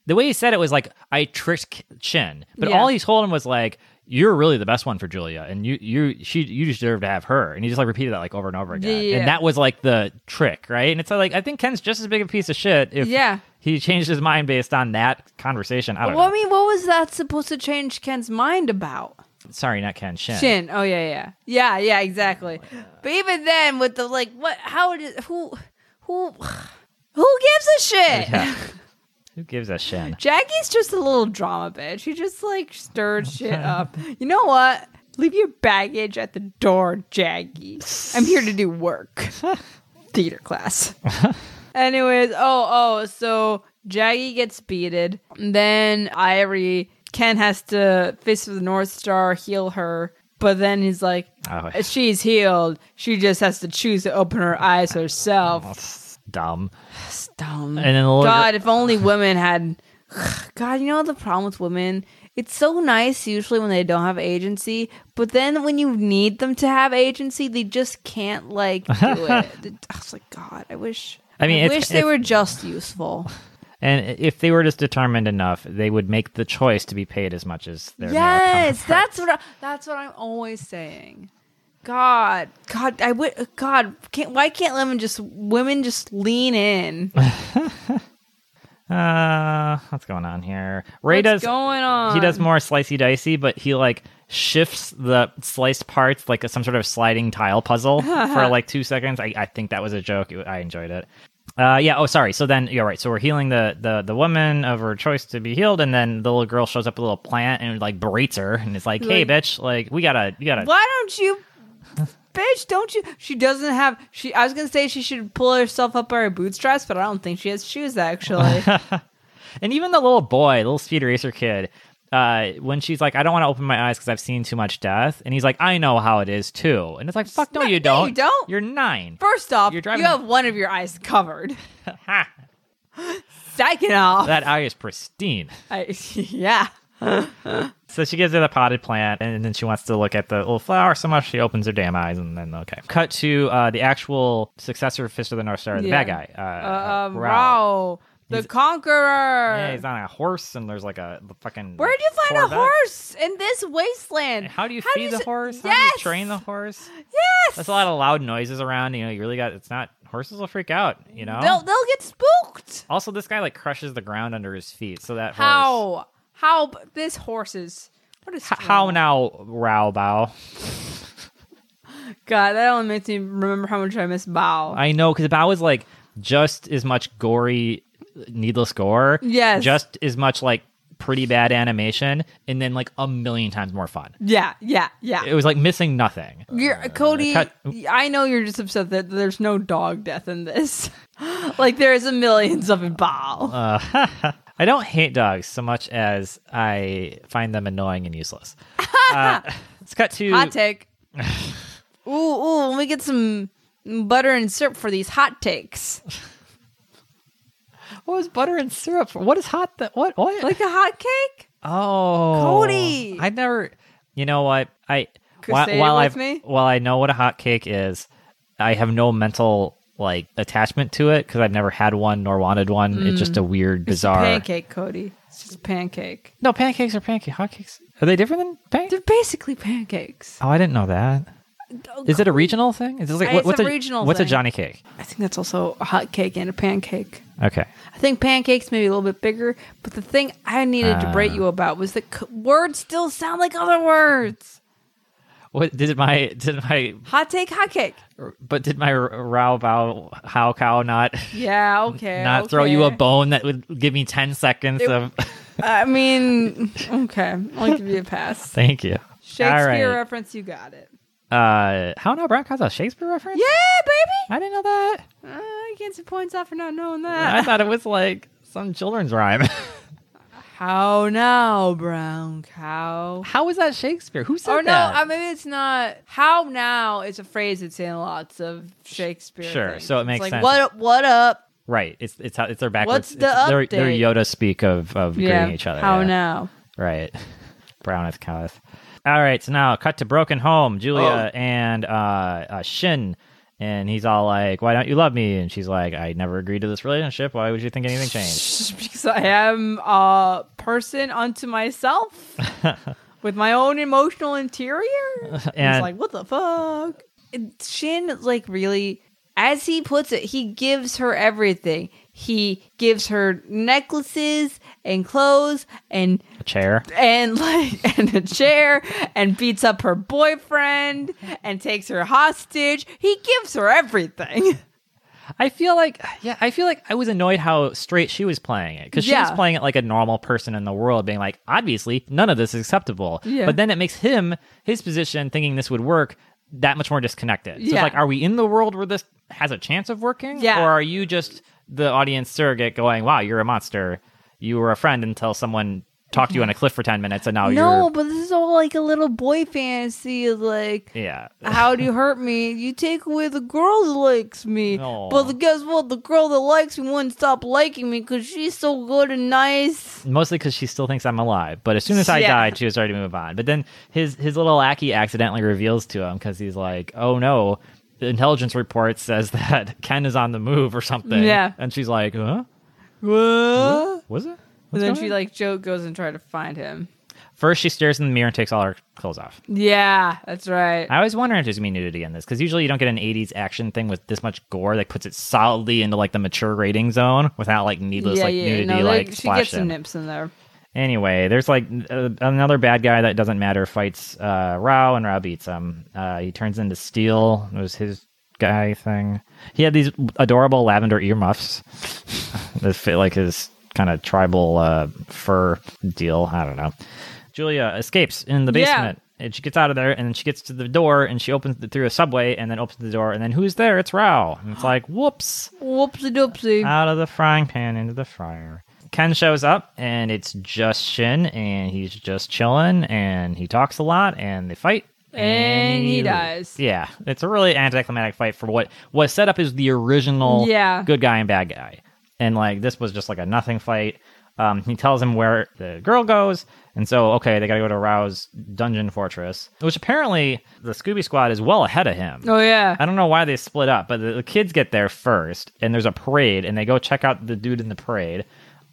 Speaker 2: the way he said it was like I tricked K- Chin, but
Speaker 1: Yeah.
Speaker 2: all he told him was like you're really the best one for Julia, and you you she you deserve to have her, and he just like repeated that like over and over again,
Speaker 1: Yeah.
Speaker 2: and that was like the trick, right? And it's like I think Ken's just as big a piece of shit if
Speaker 1: Yeah.
Speaker 2: he changed his mind based on that conversation. I don't
Speaker 1: Well, I
Speaker 2: know.
Speaker 1: mean, what was that supposed to change Ken's mind about?
Speaker 2: Sorry, not Ken Shin.
Speaker 1: Shin. Oh yeah, yeah, yeah, yeah. Exactly. But even then, with the like, what? How did who, who, who gives a shit?
Speaker 2: Yeah. Who gives a Shin?
Speaker 1: Jackie's just a little drama bitch. She just like stirred shit up. You know what? Leave your baggage at the door, Jackie. I'm here to do work. Theater class. Anyways, oh oh, so Jaggy gets beated. Then Irie Ken has to fist of the North Star heal her. But then he's like,
Speaker 2: Oh.
Speaker 1: she's healed. She just has to choose to open her eyes herself.
Speaker 2: Dumb.
Speaker 1: It's dumb.
Speaker 2: And then the little
Speaker 1: God, if only women had. God, you know the problem with women? It's so nice usually when they don't have agency, but then when you need them to have agency, they just can't like do it. I was like, God, I wish.
Speaker 2: I mean,
Speaker 1: I
Speaker 2: it's-
Speaker 1: wish they
Speaker 2: it's-
Speaker 1: were just useful.
Speaker 2: And if they were just determined enough, they would make the choice to be paid as much as their male
Speaker 1: yes,
Speaker 2: counterparts.
Speaker 1: that's what I, that's what I'm always saying. God, God, I would. God, can't, why can't women just women just lean in?
Speaker 2: Uh, what's going on here? Ray
Speaker 1: What's
Speaker 2: does
Speaker 1: going on?
Speaker 2: he does more slicey dicey, but he like shifts the sliced parts like some sort of sliding tile puzzle for like two seconds. I, I think that was a joke. It- I enjoyed it. Uh, yeah. Oh, sorry. So then, yeah, right. So we're healing the the the woman of her choice to be healed, and then the little girl shows up with a little plant and like berates her, and is like, "Hey,
Speaker 1: Like-
Speaker 2: bitch! Like, we gotta, you gotta."
Speaker 1: Why don't you bitch, don't you? She doesn't have. She. I was gonna say she should pull herself up by her bootstraps, but I don't think she has shoes. Actually,
Speaker 2: And even the little boy, little speed racer kid, uh, when she's like, I don't want to open my eyes because I've seen too much death. And he's like, I know how it is too. And it's like, fuck, no,
Speaker 1: No,
Speaker 2: you
Speaker 1: no,
Speaker 2: don't.
Speaker 1: you don't.
Speaker 2: You're nine.
Speaker 1: first off,
Speaker 2: You're driving-
Speaker 1: you have one of your eyes covered.
Speaker 2: Ha.
Speaker 1: Second off,
Speaker 2: that eye is pristine.
Speaker 1: I, yeah.
Speaker 2: So she gives her the potted plant, and then she wants to look at the little flower so much she opens her damn eyes, and then okay. Cut to uh, the actual successor of Fist of the North Star, the
Speaker 1: Yeah.
Speaker 2: bad guy. Uh, uh,
Speaker 1: Um,
Speaker 2: Rao.
Speaker 1: wow, the conqueror.
Speaker 2: Yeah, he's on a horse, and there's like a the fucking.
Speaker 1: Where'd you find a
Speaker 2: Corvette.
Speaker 1: horse in this wasteland?
Speaker 2: How do you feed the
Speaker 1: s-
Speaker 2: horse?
Speaker 1: Yes.
Speaker 2: How do you train the horse?
Speaker 1: Yes.
Speaker 2: That's a lot of loud noises around. You know, you really got. It's not horses will freak out. You know.
Speaker 1: They'll they'll get spooked.
Speaker 2: Also, this guy like crushes the ground under his feet, so that horse.
Speaker 1: How? How b- this horses? What is
Speaker 2: H- how now, Rao Bao?
Speaker 1: God, that only makes me remember how much I miss Bao.
Speaker 2: I know because Bao is like just as much gory, needless gore.
Speaker 1: Yes.
Speaker 2: Just as much like pretty bad animation, and then like a million times more fun.
Speaker 1: yeah, yeah, yeah.
Speaker 2: It was like missing nothing.
Speaker 1: You're, Cody,
Speaker 2: cut-
Speaker 1: I know you're just upset that there's no dog death in this. like there is a millions of in Bao.
Speaker 2: Uh, I don't hate dogs so much as I find them annoying and useless. uh, let's cut to
Speaker 1: hot take. ooh, ooh, let me get some butter and syrup for these hot takes.
Speaker 2: what was butter and syrup? For? What is hot? Th- what what?
Speaker 1: Like a hot cake?
Speaker 2: Oh,
Speaker 1: Cody!
Speaker 2: I never. You know what? I while,
Speaker 1: Crusading
Speaker 2: while I
Speaker 1: with me?
Speaker 2: while I know what a hot cake is, I have no mental like attachment to it because I've never had one nor wanted one. It's just a weird, bizarre.
Speaker 1: Mm. Pancake, Cody. It's just pancake.
Speaker 2: No, pancakes are pancake. Hot cakes are they different than
Speaker 1: They're
Speaker 2: pancakes?
Speaker 1: basically pancakes.
Speaker 2: Oh, I didn't know that. Is it a regional thing? Is this like
Speaker 1: Uh,
Speaker 2: what-
Speaker 1: it's
Speaker 2: what's
Speaker 1: a
Speaker 2: a
Speaker 1: regional
Speaker 2: What's a
Speaker 1: thing.
Speaker 2: Johnny cake?
Speaker 1: I think that's also a hot cake and a pancake.
Speaker 2: Okay.
Speaker 1: I think pancakes may be a little bit bigger, but the thing I needed to
Speaker 2: Uh.
Speaker 1: berate you about was that c- words still sound like other words.
Speaker 2: What did my did my
Speaker 1: Hot take, hot cake.
Speaker 2: but did my row bow how cow not
Speaker 1: Yeah, okay.
Speaker 2: not throw you a
Speaker 1: okay.
Speaker 2: bone that would give me ten seconds of
Speaker 1: I mean, okay. I'll give you a pass.
Speaker 2: thank you
Speaker 1: Shakespeare
Speaker 2: All right.
Speaker 1: reference, you got it.
Speaker 2: uh how now brown cow's a shakespeare reference
Speaker 1: Yeah, baby.
Speaker 2: i didn't know that
Speaker 1: Uh, I get some points off for not knowing
Speaker 2: i
Speaker 1: that.
Speaker 2: thought it was like some children's rhyme
Speaker 1: How now, brown cow?
Speaker 2: how is that shakespeare who said
Speaker 1: Or no,
Speaker 2: that
Speaker 1: uh, maybe it's not. How now is a phrase that's in lots of Shakespeare.
Speaker 2: Sure,
Speaker 1: things.
Speaker 2: so it
Speaker 1: It's
Speaker 2: makes
Speaker 1: like,
Speaker 2: sense.
Speaker 1: What up? What up?
Speaker 2: right it's it's how it's their backwards
Speaker 1: What's the
Speaker 2: it's their, their
Speaker 1: update?
Speaker 2: yoda speak of of greeting each other
Speaker 1: How
Speaker 2: yeah.
Speaker 1: now?
Speaker 2: right browneth coweth all right so now cut to broken home julia and uh, uh shin and he's all like why don't you love me and she's like i never agreed to this relationship why would you think anything changed
Speaker 1: Because I am a person unto myself with my own emotional interior.
Speaker 2: And-
Speaker 1: it's like, what the fuck? And Shin, like, really, as he puts it, he gives her everything. He gives her necklaces and clothes and
Speaker 2: a chair
Speaker 1: and like and a chair and beats up her boyfriend and takes her hostage. He gives her everything.
Speaker 2: I feel like yeah, I feel like I was annoyed how straight she was playing it because she was
Speaker 1: Yeah.
Speaker 2: playing it like a normal person in the world, being like, obviously none of this is acceptable.
Speaker 1: Yeah.
Speaker 2: But then it makes him his position thinking this would work that much more disconnected. So it's
Speaker 1: Yeah.
Speaker 2: like, are we in the world where this has a chance of working?
Speaker 1: Yeah.
Speaker 2: Or are you just the audience surrogate going, wow, you're a monster. You were a friend until someone talked you on a cliff for ten minutes, and now
Speaker 1: no,
Speaker 2: Oh, you're
Speaker 1: but this is all like a little boy fantasy of like
Speaker 2: yeah.
Speaker 1: how do you hurt me? You take away the girl that likes me.
Speaker 2: No.
Speaker 1: But guess what? The girl that likes me wouldn't stop liking me because she's so good and nice.
Speaker 2: mostly because she still thinks I'm alive. But as soon as I
Speaker 1: Yeah.
Speaker 2: died, she was ready to move on. But then his his little lackey accidentally reveals to him because he's like, "Oh no." The intelligence report says that Ken is on the move or something.
Speaker 1: Yeah.
Speaker 2: And she's like, huh?
Speaker 1: Whoa.
Speaker 2: Was it?
Speaker 1: And
Speaker 2: What's
Speaker 1: then
Speaker 2: going
Speaker 1: she
Speaker 2: on?"
Speaker 1: like joke goes and try to find him.
Speaker 2: First, she stares in the mirror and takes all her clothes off.
Speaker 1: Yeah, that's right.
Speaker 2: I always wonder if there's gonna be nudity in this because usually you don't get an 80s action thing with this much gore that puts it solidly into like the mature rating zone without like needless
Speaker 1: yeah,
Speaker 2: like
Speaker 1: yeah,
Speaker 2: nudity
Speaker 1: no, there-
Speaker 2: like
Speaker 1: she
Speaker 2: splashed
Speaker 1: gets some
Speaker 2: in.
Speaker 1: nips in there.
Speaker 2: Anyway, there's like uh, another bad guy that doesn't matter fights uh, Rao, and Rao beats him. Uh, he turns into Steel. It was his guy thing. He had these adorable lavender earmuffs that fit like his kind of tribal uh, fur deal. I don't know. Julia escapes in the
Speaker 1: Yeah.
Speaker 2: basement And she gets out of there, and then she gets to the door, and she opens it through a subway, and then opens the door, and then who's there? It's Rao. And it's like, whoops,
Speaker 1: Whoopsie doopsie.
Speaker 2: out of the frying pan into the fryer. Ken shows up, and it's just Shin, and he's just chilling, and he talks a lot, and they fight.
Speaker 1: And he
Speaker 2: loses.
Speaker 1: dies.
Speaker 2: Yeah, it's a really anticlimactic fight for what was set up as the original
Speaker 1: Yeah.
Speaker 2: good guy and bad guy. And like this was just like a nothing fight. Um, he tells him where the girl goes, and so okay, they got to go to Rao's dungeon fortress, which apparently the Scooby Squad is well ahead of him.
Speaker 1: oh yeah.
Speaker 2: I don't know why they split up, but the, the kids get there first, and there's a parade, and they go check out the dude in the parade.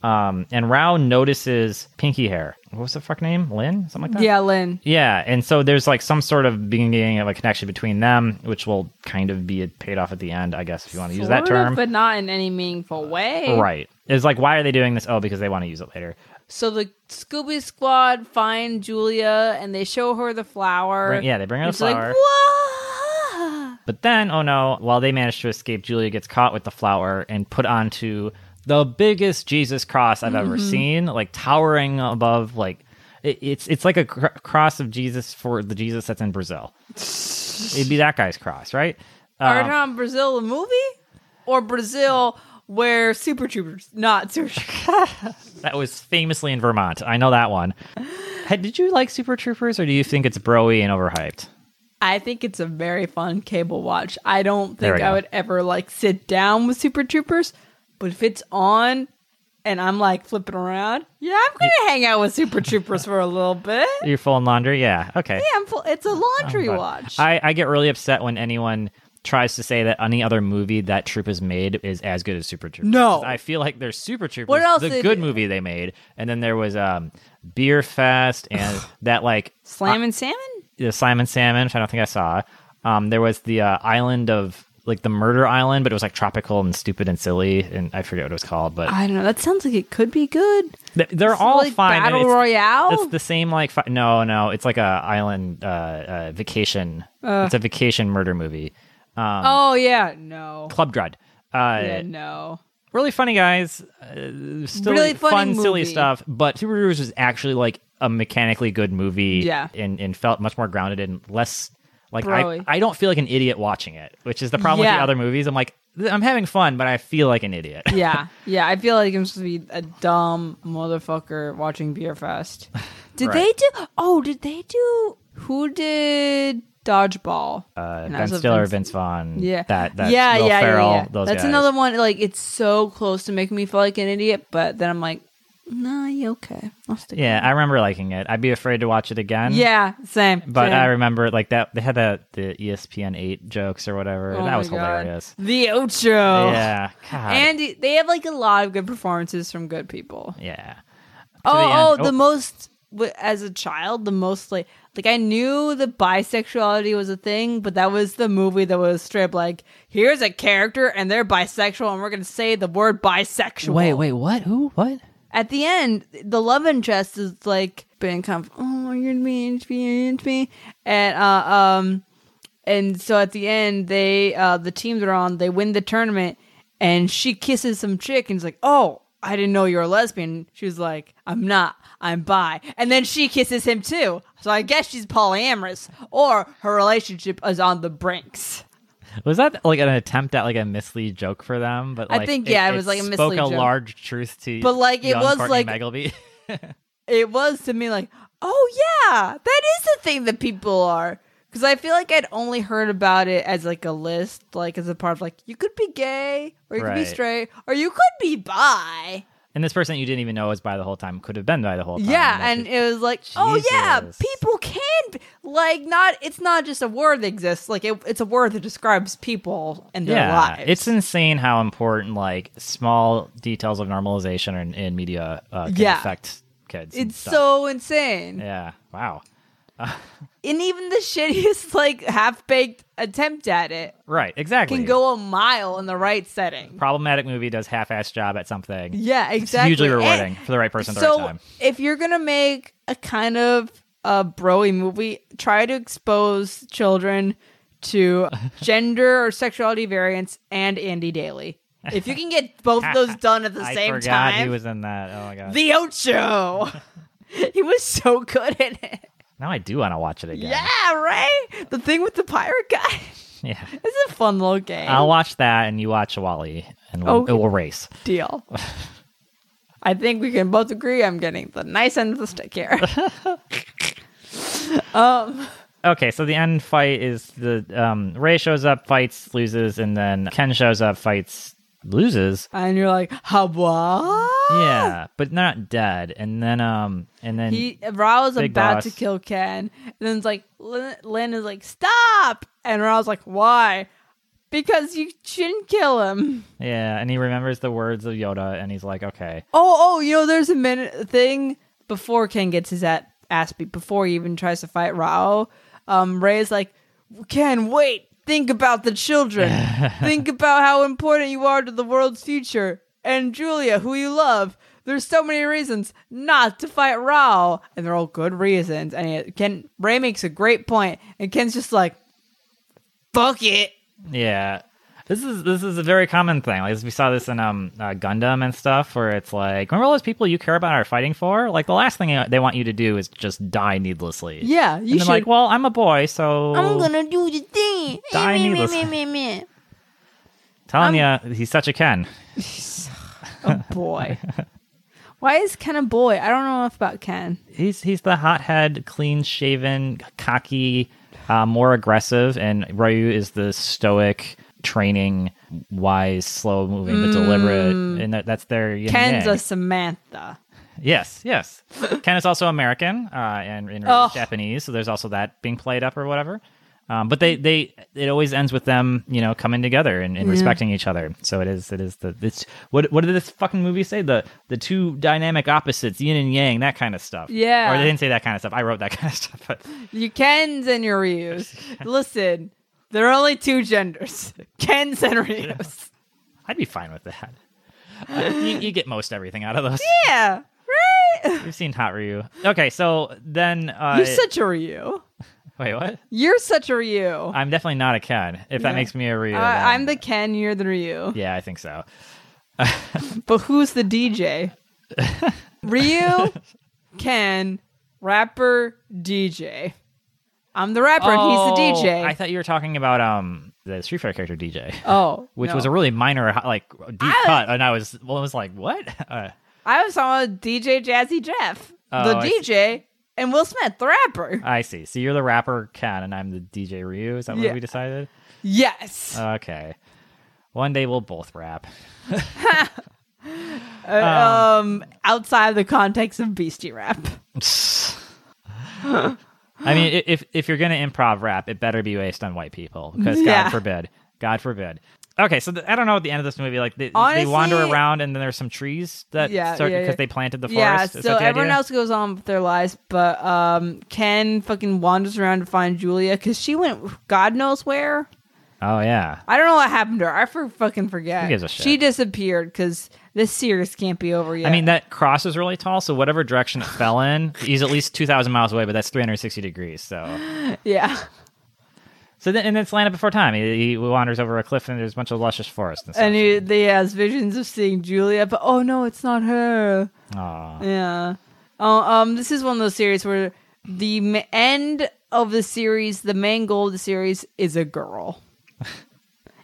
Speaker 2: Um, and Rao notices Pinky Hair. What was the fuck name? Lynn? Something like that?
Speaker 1: Yeah, Lynn.
Speaker 2: Yeah, and so there's like some sort of beginning of a connection between them, which will kind of be paid off at the end, I guess, if you want to use that
Speaker 1: Sort of,
Speaker 2: term.
Speaker 1: but not in any meaningful way.
Speaker 2: right. It's like, why are they doing this? Oh, because they want to use it later.
Speaker 1: So the Scooby Squad find Julia and they show her the flower.
Speaker 2: Bring- yeah, they bring out a
Speaker 1: It's like,
Speaker 2: flower.
Speaker 1: "Whoa!"
Speaker 2: But then, oh no, while they manage to escape, Julia gets caught with the flower and put onto the biggest Jesus cross I've ever seen, like towering above like it- it's it's like a cr- cross of Jesus for the Jesus that's in Brazil. It'd be that guy's cross, right?
Speaker 1: Are
Speaker 2: Um,
Speaker 1: you on Brazil the movie or Brazil where Super Troopers, not Super Troopers.
Speaker 2: that was famously in Vermont. I know that one. Hey, Did you like Super Troopers, or do you think it's broy and overhyped?
Speaker 1: I think it's a very fun cable watch. I don't
Speaker 2: There
Speaker 1: think
Speaker 2: we go.
Speaker 1: I would ever like sit down with Super Troopers, but if it's on and I'm like flipping around, yeah, I'm gonna hang out with Super Troopers for a little bit.
Speaker 2: You're full in laundry, yeah. Okay.
Speaker 1: Yeah, I'm full, it's a laundry
Speaker 2: But
Speaker 1: watch.
Speaker 2: I, I get really upset when anyone tries to say that any other movie that Troop has made is as good as Super Troopers.
Speaker 1: No.
Speaker 2: 'Cause I feel like there's Super Troopers,
Speaker 1: What else
Speaker 2: the
Speaker 1: did-
Speaker 2: good movie they made, and then there was um, Beer Fest and that like
Speaker 1: Slam and salmon.
Speaker 2: the Simon Salmon, which I don't think I saw. Um, there was the uh, island of like the Murder Island, but it was like tropical and stupid and silly, and I forget what it was called, but
Speaker 1: I don't know. That sounds like it could be good.
Speaker 2: th- they're
Speaker 1: It's
Speaker 2: all
Speaker 1: Uh, like
Speaker 2: fine. and
Speaker 1: Battle
Speaker 2: it's-
Speaker 1: Royale.
Speaker 2: It's the same like fi- no, no. It's like a island uh, uh, vacation.
Speaker 1: Uh.
Speaker 2: it's a vacation murder movie. Um,
Speaker 1: oh yeah, no,
Speaker 2: Club Dread. Uh,
Speaker 1: yeah, no.
Speaker 2: Really funny guys. Uh, still
Speaker 1: Really funny
Speaker 2: fun, silly
Speaker 1: movie.
Speaker 2: stuff. But Super Troopers was actually like a mechanically good movie.
Speaker 1: Yeah.
Speaker 2: and and felt much more grounded and less like I,
Speaker 1: Broy.
Speaker 2: I don't feel like an idiot watching it, which is the problem with
Speaker 1: Yeah.
Speaker 2: the other movies. I'm like th- I'm having fun, but I feel like an idiot.
Speaker 1: Yeah, yeah. I feel like I'm supposed to be a dumb motherfucker watching Beer Fest. Did
Speaker 2: Right.
Speaker 1: they do? Oh, did they do? Who did Dodgeball?
Speaker 2: Uh,
Speaker 1: And that
Speaker 2: ben
Speaker 1: was a
Speaker 2: Stiller,
Speaker 1: Vince-
Speaker 2: Vince Vaughn.
Speaker 1: Yeah,
Speaker 2: that that
Speaker 1: yeah,
Speaker 2: Will
Speaker 1: yeah, yeah,
Speaker 2: Ferrell,
Speaker 1: yeah.
Speaker 2: Those
Speaker 1: That's
Speaker 2: guys.
Speaker 1: another one. Like it's so close to making me feel like an idiot, but then I'm like, nah, you okay? I'll stick.
Speaker 2: Yeah, I remember liking it. I'd be afraid to watch it again.
Speaker 1: yeah, same.
Speaker 2: But
Speaker 1: same.
Speaker 2: I remember like that they had the, the E ESPN eight jokes or whatever.
Speaker 1: Oh
Speaker 2: that
Speaker 1: my
Speaker 2: was
Speaker 1: God. Oh.
Speaker 2: hilarious.
Speaker 1: The outro.
Speaker 2: Yeah. God.
Speaker 1: Andy, they have like a lot of good performances from good people.
Speaker 2: yeah.
Speaker 1: Oh,
Speaker 2: the
Speaker 1: oh,
Speaker 2: end.
Speaker 1: the
Speaker 2: Oh.
Speaker 1: most w- as a child, the most like like I knew that bisexuality was a thing, but that was the movie that was straight up like here's a character and they're bisexual and we're gonna say the word bisexual.
Speaker 2: Wait, wait, what? Who? What?
Speaker 1: At the end, the love interest is like being kind of oh you're mean to me, you're mean to me, and uh, um, and so at the end they uh the team they're on they win the tournament and she kisses some chick and is like oh I didn't know you were a lesbian. She was like, I'm not. I'm bi. And then she kisses him too. So I guess she's polyamorous or her relationship is on the brinks.
Speaker 2: Was that like an attempt at like a mislead joke for them? But
Speaker 1: I
Speaker 2: like,
Speaker 1: think, yeah, it was, like, a
Speaker 2: spoke
Speaker 1: mislead
Speaker 2: a
Speaker 1: joke.
Speaker 2: large truth to.
Speaker 1: But, like, it
Speaker 2: young
Speaker 1: was,
Speaker 2: Courtney
Speaker 1: like-
Speaker 2: Magalby.
Speaker 1: it was to me like, oh yeah, that is the thing that people are. Because I feel like I'd only heard about it as like a list, like as a part of like you could be gay or you could
Speaker 2: Right.
Speaker 1: be straight or you could be bi.
Speaker 2: and this person you didn't even know was by the whole time could have been by the whole time.
Speaker 1: yeah,
Speaker 2: Like,
Speaker 1: and it was like, oh yeah,
Speaker 2: Oh, Jesus.
Speaker 1: people can be, like not. It's not just a word that exists. Like it, it's a word that describes people and their
Speaker 2: yeah,
Speaker 1: lives.
Speaker 2: it's insane how important like small details of normalization in, in media uh, can
Speaker 1: Yeah.
Speaker 2: affect kids. and
Speaker 1: it's
Speaker 2: stuff.
Speaker 1: so insane.
Speaker 2: yeah. Wow.
Speaker 1: And even the shittiest like half baked attempt at it
Speaker 2: Right. Exactly.
Speaker 1: can go a mile in the right setting.
Speaker 2: Problematic movie does half-ass job at something.
Speaker 1: Yeah,
Speaker 2: It's
Speaker 1: exactly.
Speaker 2: hugely
Speaker 1: And
Speaker 2: rewarding for the right person at the
Speaker 1: so,
Speaker 2: right time.
Speaker 1: if you're gonna make a kind of a broy movie, try to expose children to gender or sexuality variance and Andy Daly. If you can get both of those done at the
Speaker 2: I
Speaker 1: same
Speaker 2: forgot
Speaker 1: time,
Speaker 2: he was in that. Oh my god.
Speaker 1: the Ocho. he was so good at it.
Speaker 2: Now I do want to watch it again.
Speaker 3: Yeah, right? The thing with the pirate guy.
Speaker 2: Yeah.
Speaker 3: it's a fun little game.
Speaker 2: I'll watch that and you watch Wally and we'll,
Speaker 3: Okay.
Speaker 2: it will race.
Speaker 3: Deal. I think we can both agree I'm getting the nice end of the stick here. um,
Speaker 2: Okay, so the end fight is the um, Ray shows up, fights, loses, and then Ken shows up, fights, loses.
Speaker 1: And you're like,
Speaker 3: Habwa?
Speaker 2: Yeah, but not dead. And then um and then
Speaker 1: he Rao's
Speaker 2: Big
Speaker 1: about
Speaker 2: boss.
Speaker 1: to kill Ken, and then it's like Lin, Lin is like, "Stop!" And Rao's like, "Why?" Because you shouldn't kill him.
Speaker 2: yeah, and he remembers the words of Yoda and he's like, "Okay."
Speaker 1: Oh, oh, you know, there's a minute thing before Ken gets his at, ass beat, before he even tries to fight Rao. Um, Ray's like, Ken, wait, think about the children, think about how important you are to the world's future, and Julia, who you love. There's so many reasons not to fight Rao, and they're all good reasons. And yet Ken Ray makes a great point, and Ken's just like, "Fuck it."
Speaker 2: Yeah. This is this is a very common thing. Like we saw this in um uh, Gundam and stuff, where it's like, remember all those people you care about are fighting for? Like the last thing they want you to do is just die needlessly.
Speaker 1: Yeah, you
Speaker 2: and then
Speaker 1: should.
Speaker 2: like, well, I'm a boy, so
Speaker 4: I'm gonna do the thing.
Speaker 2: Die
Speaker 4: Eh, meh, meh,
Speaker 2: needlessly.
Speaker 4: meh, meh, meh.
Speaker 2: telling you, he's such a Ken.
Speaker 1: boy. Why is Ken a boy? I don't know enough about Ken.
Speaker 2: He's he's the hothead, clean shaven, cocky, uh, more aggressive, and Ryu is the stoic, training, wise, slow moving, but deliberate, and that, that's their yin and
Speaker 1: Ken's
Speaker 2: yang.
Speaker 1: a Samantha.
Speaker 2: Yes, yes. Ken is also American uh, and, and
Speaker 1: Oh.
Speaker 2: Japanese, so there's also that being played up or whatever. Um, but they, they it always ends with them, you know, coming together and, and respecting each other. So it is it is the it's what what did this fucking movie say? The the two dynamic opposites, yin and yang, that kind of stuff.
Speaker 1: Yeah.
Speaker 2: Or they didn't say that kind of stuff. I wrote that kind of stuff. But
Speaker 1: You Kens and your Ryus. Listen, there are only two genders Kens and Ryus.
Speaker 2: I'd be fine with that. Uh, you, you get most everything out of those.
Speaker 1: Yeah, right?
Speaker 2: You've seen Hot Ryu. Okay, so then uh,
Speaker 1: You're such a Ryu.
Speaker 2: wait, what?
Speaker 1: You're such a Ryu.
Speaker 2: I'm definitely not a Ken. If that makes me a Ryu,
Speaker 1: Uh,
Speaker 2: then-
Speaker 1: I'm the Ken, you're the Ryu.
Speaker 2: Yeah, I think so.
Speaker 1: But who's the DJ? Ryu, Ken, rapper, DJ. I'm the rapper and he's the DJ.
Speaker 2: Oh, I thought you were talking about um the Street Fighter character DJ,
Speaker 1: oh.
Speaker 2: which
Speaker 1: no.
Speaker 2: was a really minor like deep cut, and I was well, I was like, what? Uh,
Speaker 1: I was on with DJ Jazzy Jeff, the
Speaker 2: Oh, I see.
Speaker 1: DJ, and Will Smith, the rapper.
Speaker 2: I see. So you're the rapper Ken, and I'm the DJ Ryu. Is that what
Speaker 1: Yeah.
Speaker 2: we decided?
Speaker 1: Yes.
Speaker 2: Uh, Okay. One day we'll both rap.
Speaker 1: um, outside of the context of Beastie Rap.
Speaker 2: I mean, i- if if you're gonna improv rap, it better be based on white people, because
Speaker 1: Yeah.
Speaker 2: God forbid, God forbid. Okay, so th I don't know at the end of this movie, like they,
Speaker 1: Honestly-
Speaker 2: they wander around and then there's some trees that
Speaker 1: Yeah,
Speaker 2: start
Speaker 1: yeah,
Speaker 2: because
Speaker 1: yeah.
Speaker 2: they planted the forest.
Speaker 1: Yeah,
Speaker 2: Is
Speaker 1: so
Speaker 2: that the
Speaker 1: everyone
Speaker 2: idea?
Speaker 1: else goes on with their lives, but um, Ken fucking wanders around to find Julia because she went God knows where.
Speaker 2: Oh yeah,
Speaker 1: I don't know what happened to her. I for- fucking forget.
Speaker 2: Who gives a
Speaker 1: She
Speaker 2: shit?
Speaker 1: disappeared because this series can't be over yet.
Speaker 2: I mean, that cross is really tall, so whatever direction it fell in, he's at least 2,000 miles away, but that's 360 degrees. So,
Speaker 1: yeah.
Speaker 2: so then, and then it's Land Before Time. He, he wanders over a cliff, and there's a bunch of luscious forest and stuff.
Speaker 1: And he, they has visions of seeing Julia, but oh no, it's not her.
Speaker 2: Aw.
Speaker 1: Yeah. Oh, um, this is one of those series where the m- end of the series, the main goal of the series is a girl.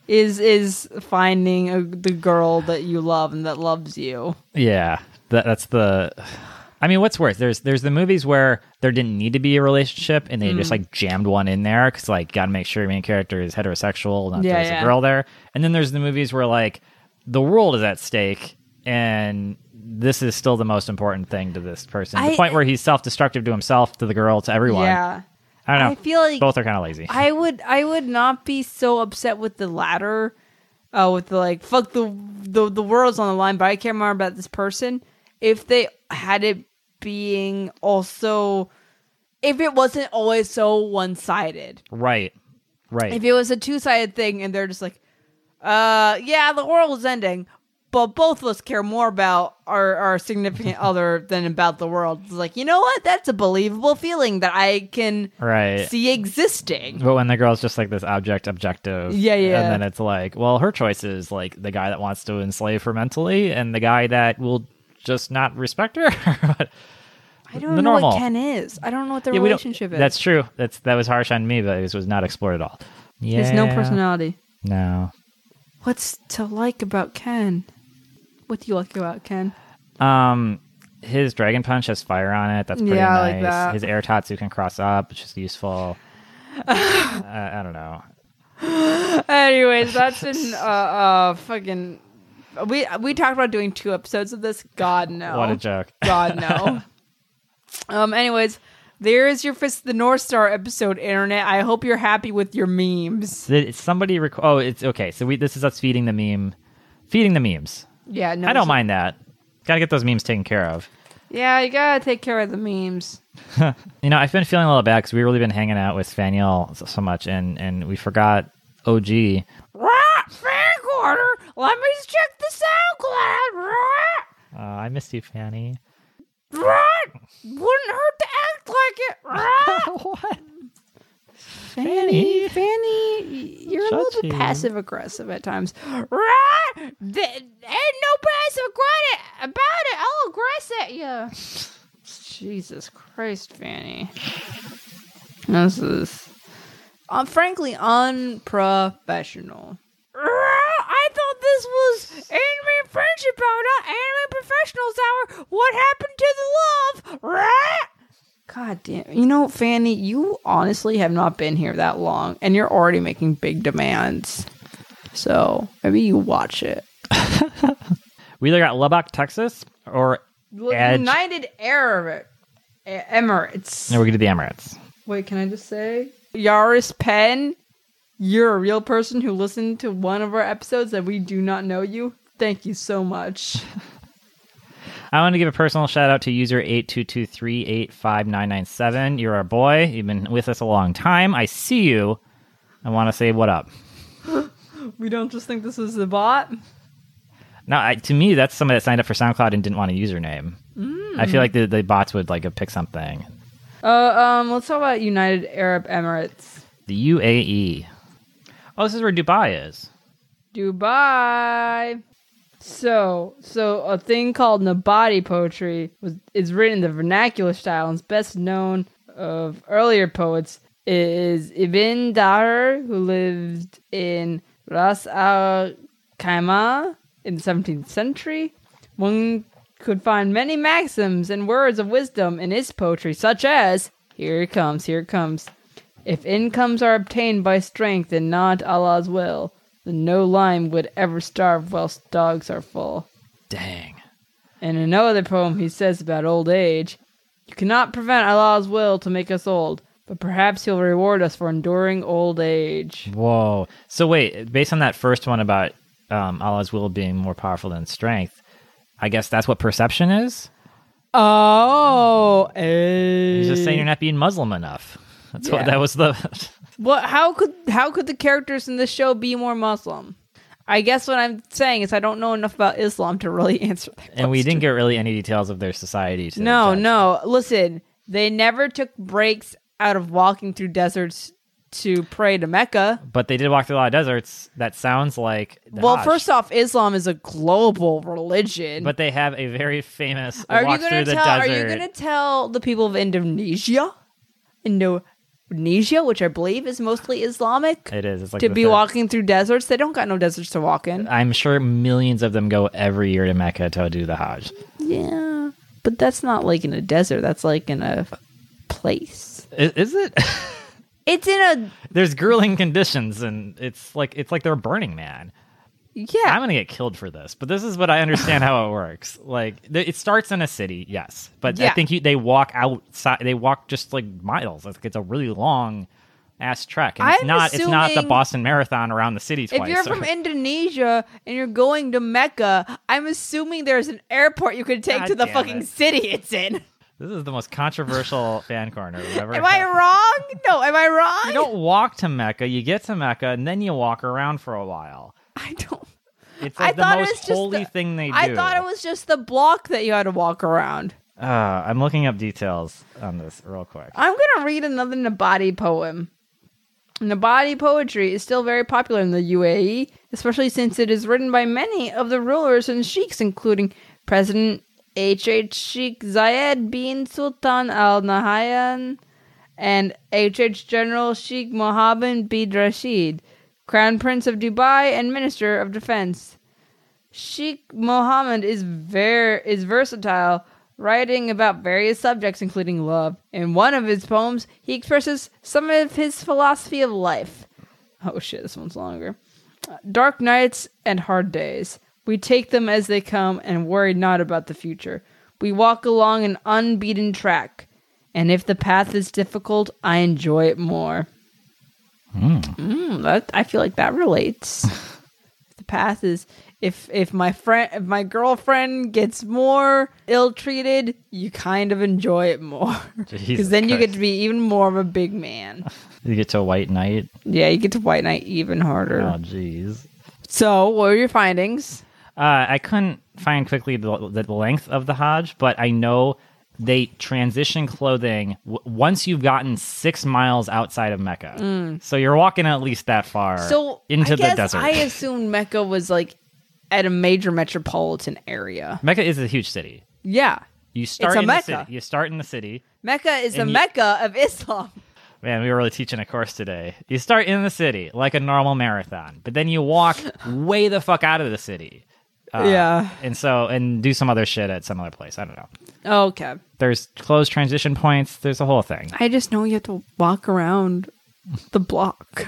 Speaker 1: is is finding a, the girl that you love and that loves you.
Speaker 2: Yeah, that, that's the. I mean, what's worse? There's there's the movies where there didn't need to be a relationship, and they
Speaker 1: Hmm.
Speaker 2: just like jammed one in there because like gotta make sure your main character is heterosexual, not
Speaker 1: Yeah,
Speaker 2: there's
Speaker 1: yeah.
Speaker 2: a girl there. And then there's the movies where like the world is at stake, and this is still the most important thing to this person. to
Speaker 1: I-
Speaker 2: the point where he's self destructive to himself, to the girl, to everyone.
Speaker 1: Yeah.
Speaker 2: I don't know.
Speaker 1: I feel like-
Speaker 2: both are kind of lazy.
Speaker 1: I would I would not be so upset with the latter, uh, with the like fuck the the the world's on the line, but I care more about this person. If they had it being also, if it wasn't always so one sided.
Speaker 2: right, right.
Speaker 1: If it was a two sided thing and they're just like, uh, yeah, the world's ending, but both of us care more about our, our significant other than about the world. It's like, you know what? That's a believable feeling that I can
Speaker 2: Right.
Speaker 1: see existing.
Speaker 2: But when the girl's just like this object objective,
Speaker 1: Yeah, yeah.
Speaker 2: and then it's like, well, her choice is like the guy that wants to enslave her mentally, and the guy that will just not respect her.
Speaker 1: I don't
Speaker 2: the
Speaker 1: know
Speaker 2: normal.
Speaker 1: what Ken is. I don't know what their
Speaker 2: Yeah, we don't-
Speaker 1: relationship is.
Speaker 2: That's true. That's that was harsh on me, but it was not explored at all. Yeah,
Speaker 1: There's no personality.
Speaker 2: No.
Speaker 1: What's to like about Ken? What do you like about Ken?
Speaker 2: Um, his dragon punch has fire on it. That's pretty
Speaker 1: Yeah, I
Speaker 2: nice.
Speaker 1: like that.
Speaker 2: His air tatsu can cross up, which is useful. uh, I don't know.
Speaker 1: Anyways, that's in uh, uh fucking. We we talked about doing two episodes of this. God no.
Speaker 2: What a joke.
Speaker 1: God no. um. Anyways, there is your fist the North Star episode. Internet. I hope you're happy with your memes.
Speaker 2: Did somebody? Rec- oh, it's okay. So we this is us feeding the meme, feeding the memes.
Speaker 1: Yeah. No.
Speaker 2: I don't
Speaker 1: so-
Speaker 2: mind that. Gotta get those memes taken care of.
Speaker 1: Yeah, you gotta take care of the memes.
Speaker 2: You know, I've been feeling a little bad because we've really been hanging out with Faniel so, so much, and and we forgot OG.
Speaker 3: Rah, fan quarter. Let me check the SoundCloud. Rah,
Speaker 2: Uh, I missed you, Fanny.
Speaker 3: rah. Wouldn't hurt to act like it. Rah.
Speaker 2: what?
Speaker 1: Fanny, Fanny, you're a little bit
Speaker 2: Chachi.
Speaker 1: passive aggressive at times.
Speaker 3: Right? Th- ain't no passive credit about it. I'll aggress at you.
Speaker 1: Jesus Christ, Fanny. This is, uh, frankly, unprofessional.
Speaker 3: I thought this was anime friendship hour, not anime professionals hour. What happened to the love? Right?
Speaker 1: God damn. You know, Fanny, you honestly have not been here that long, and you're already making big demands. So maybe you watch it.
Speaker 2: We either got Lubbock, Texas, or Edge.
Speaker 1: United Arab E-, Emirates.
Speaker 2: No, we get to the Emirates.
Speaker 1: Wait, can I just say? Yaris Penn, you're a real person who listened to one of our episodes and we do not know you. Thank you so much.
Speaker 2: I want to give a personal shout out to user 822385997. You're our boy. You've been with us a long time. I see you. I want to say what up.
Speaker 1: We don't just think this is a bot.
Speaker 2: Now, I, to me, that's somebody that signed up for SoundCloud and didn't want a username. I feel like the, the bots would like pick something.
Speaker 1: Uh, um, let's talk about United Arab Emirates.
Speaker 2: The UAE. Oh, this is where Dubai is.
Speaker 1: Dubai. So, so a thing called Nabati poetry was is written in the vernacular style and is best known of earlier poets is Ibn Dahr, who lived in Ras al Khaimah in the 17th century. One could find many maxims and words of wisdom in his poetry, such as "Here it comes, here it comes." If incomes are obtained by strength and not Allah's will, then no lion would ever starve whilst dogs are full.
Speaker 2: Dang.
Speaker 1: And in another poem, he says about old age You cannot prevent Allah's will to make us old, but perhaps He'll reward us for enduring old age.
Speaker 2: Whoa. So, wait, based on that first one about um, Allah's will being more powerful than strength, I guess that's what perception is?
Speaker 1: Oh,
Speaker 2: He's just saying you're not being Muslim enough. That's
Speaker 1: Yeah.
Speaker 2: what that was the.
Speaker 1: What? How could how could the characters in this show be more Muslim? I guess what I'm saying is I don't know enough about Islam to really answer that.
Speaker 2: and we didn't get really any details of their society. To
Speaker 1: No,
Speaker 2: judge.
Speaker 1: no. Listen, they never took breaks out of walking through deserts to pray to Mecca.
Speaker 2: But they did walk through a lot of deserts. That sounds like. the
Speaker 1: Well,
Speaker 2: Hajj.
Speaker 1: first off, Islam is a global religion.
Speaker 2: But they have a very famous
Speaker 1: are you
Speaker 2: walk
Speaker 1: gonna
Speaker 2: through the
Speaker 1: tell?
Speaker 2: desert.
Speaker 1: Are you gonna tell the people of Indonesia, Indonesia, which I believe is mostly Islamic,
Speaker 2: It is. It's like
Speaker 1: to
Speaker 2: the
Speaker 1: be
Speaker 2: third- Uh,
Speaker 1: walking through deserts? They don't got no deserts to walk in.
Speaker 2: I'm sure millions of them go every year to Mecca to do the Hajj.
Speaker 1: Yeah, but that's not like in a desert. That's like in a place.
Speaker 2: Is, is it?
Speaker 1: It's in a
Speaker 2: There's grueling conditions, and it's like it's like they're Burning Man.
Speaker 1: yeah.
Speaker 2: I'm gonna get killed for this, but this is what I understand how it works. Like th- it starts in a city, yes, but
Speaker 1: Yeah.
Speaker 2: I think you, they walk outside. They walk just like miles. Like it's a really long ass trek, and it's
Speaker 1: I'm
Speaker 2: not. It's not the
Speaker 1: assuming-
Speaker 2: Boston Marathon around the city twice.
Speaker 1: If you're from Indonesia and you're going to Mecca, I'm assuming there's an airport you could take
Speaker 2: God
Speaker 1: to the
Speaker 2: damn
Speaker 1: fucking
Speaker 2: it.
Speaker 1: city it's in.
Speaker 2: this is the most controversial fan corner we've ever.
Speaker 1: Am I
Speaker 2: had.
Speaker 1: wrong? No, am I wrong?
Speaker 2: You don't walk to Mecca. You get to Mecca, and then you walk around for a while.
Speaker 1: I don't.
Speaker 2: It's
Speaker 1: I
Speaker 2: like the
Speaker 1: thought it was
Speaker 2: most
Speaker 1: just
Speaker 2: holy
Speaker 1: the-
Speaker 2: thing they do.
Speaker 1: I thought it was just the block that you had to walk around.
Speaker 2: Uh, I'm looking up details on this real quick.
Speaker 1: I'm gonna read another Nabati poem. Nabati poetry is still very popular in the E, UAE, especially since it is written by many of the rulers and sheikhs, including President H.H. Sheikh Zayed bin Sultan Al Nahyan and H.H. General Sheikh Mohammed bin Rashid, Crown Prince of Dubai and Minister of Defense. Sheikh Mohammed is ver- is versatile, writing about various subjects including love. In one of his poems, he expresses some of his philosophy of life. Oh shit, this one's longer. Dark nights and hard days. We take them as they come and worry not about the future. We walk along an unbeaten track. And if the path is difficult, I enjoy it more.
Speaker 2: Hmm.
Speaker 1: Mm, that, I feel like that relates. the path is if if my friend if my girlfriend gets more ill treated, you kind of enjoy it more because
Speaker 2: Jesus
Speaker 1: then you
Speaker 2: Christ.
Speaker 1: get to be even more of a big man.
Speaker 2: You get to a white knight.
Speaker 1: Yeah, you get to White Knight even harder.
Speaker 2: Oh, jeez.
Speaker 1: So, what were your findings?
Speaker 2: Uh, I couldn't find quickly the, the length of the Hajj, but I know they transition clothing w- once you've gotten six miles outside of Mecca. So you're walking at least that far
Speaker 1: Mm. So
Speaker 2: into
Speaker 1: I
Speaker 2: the
Speaker 1: guess
Speaker 2: desert.
Speaker 1: I assumed Mecca was like at a major metropolitan area.
Speaker 2: Mecca is a huge city.
Speaker 1: Yeah,
Speaker 2: You start
Speaker 1: a
Speaker 2: in
Speaker 1: Mecca.
Speaker 2: the city. You start in the city.
Speaker 1: Mecca is the
Speaker 2: And you-
Speaker 1: Mecca of Islam.
Speaker 2: Man, we were really teaching a course today. You start in the city like a normal marathon, but then you walk way the fuck out of the city. Uh,
Speaker 1: Yeah.
Speaker 2: And so, and do some other shit at some other place. I don't know.
Speaker 1: Oh, Okay,
Speaker 2: There's closed transition points. There's a whole thing.
Speaker 1: I just know you have to walk around the block.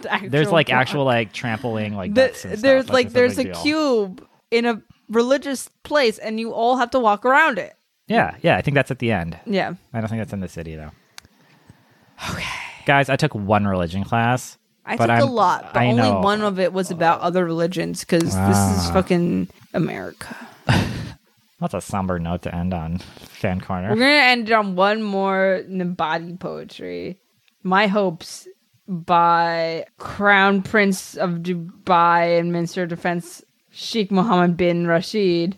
Speaker 1: The actual
Speaker 2: There's like
Speaker 1: block.
Speaker 2: actual like trampling like
Speaker 1: The-
Speaker 2: nuts and stuff.
Speaker 1: there's like
Speaker 2: it's
Speaker 1: there's a
Speaker 2: big deal.
Speaker 1: cube in a religious place, and you all have to walk around it.
Speaker 2: Yeah, yeah. I think that's at the end.
Speaker 1: Yeah,
Speaker 2: I don't think that's in the city though. Okay. Guys, I took one religion class.
Speaker 1: I
Speaker 2: but
Speaker 1: took
Speaker 2: I'm-
Speaker 1: a lot, but
Speaker 2: I
Speaker 1: only
Speaker 2: know.
Speaker 1: one of it was about other religions because this is
Speaker 2: Ah.
Speaker 1: fucking America.
Speaker 2: That's a somber note to end on. Fan corner.
Speaker 1: We're gonna end it on one more Nabati poetry. My hopes by Crown Prince of Dubai and Minister of Defense Sheikh Mohammed bin Rashid,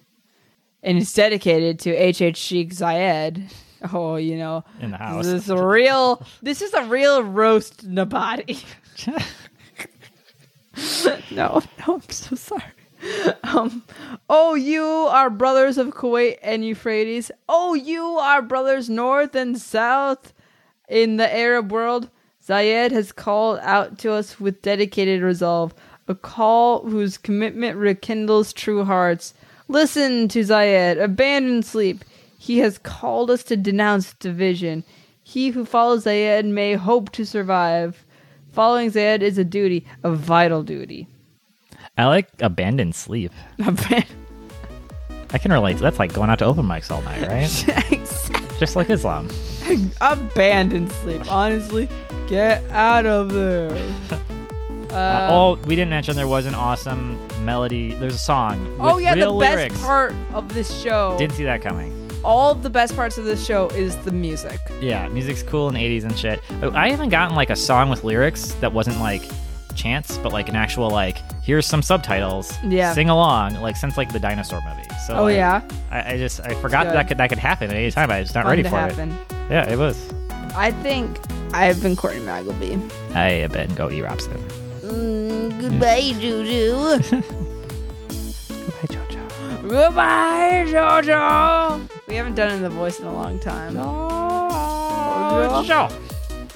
Speaker 1: and it's dedicated to HH Sheikh Zayed. Oh, you know,
Speaker 2: In the house.
Speaker 1: This is a real. This is a real roast Nabati. no, Oh, no, I'm so sorry. Um, oh, you are brothers of Kuwait and Euphrates. Oh, you are brothers north and south in the Arab world. Zayed has called out to us with dedicated resolve, a call whose commitment rekindles true hearts. Listen to Zayed, abandon sleep. He has called us to denounce division. He who follows Zayed may hope to survive. Following Zayed is a duty, a vital duty.
Speaker 2: I like abandoned sleep. I can relate. That's like going out to open mics all night, right? Just like Islam.
Speaker 1: Abandon sleep. Honestly, get out of there.
Speaker 2: Uh, oh, we didn't mention there was an awesome melody. There's a song. With
Speaker 1: Oh yeah, the
Speaker 2: real
Speaker 1: best
Speaker 2: lyrics.
Speaker 1: part of this show.
Speaker 2: Didn't see that coming.
Speaker 1: all of the best parts of this show is the music.
Speaker 2: Yeah, music's cool in the 80s and shit. Oh, I haven't gotten like a song with lyrics that wasn't like chants, but like an actual like here's some subtitles.
Speaker 1: Yeah.
Speaker 2: Sing along like since like the dinosaur movie. So
Speaker 1: Oh,
Speaker 2: like,
Speaker 1: yeah?
Speaker 2: I, I just I forgot
Speaker 1: Good.
Speaker 2: that could that could happen at any time. I was not
Speaker 1: Fun
Speaker 2: ready
Speaker 1: to
Speaker 2: for
Speaker 1: happen.
Speaker 2: it. Yeah, it was.
Speaker 1: I think I've been Courtney Magleby.
Speaker 2: I have been Go E Robson.
Speaker 1: Mm, goodbye, Juju.
Speaker 2: Goodbye, Jojo.
Speaker 1: goodbye, Jojo. We haven't done it in the voice in a long time.
Speaker 2: Oh, Jojo.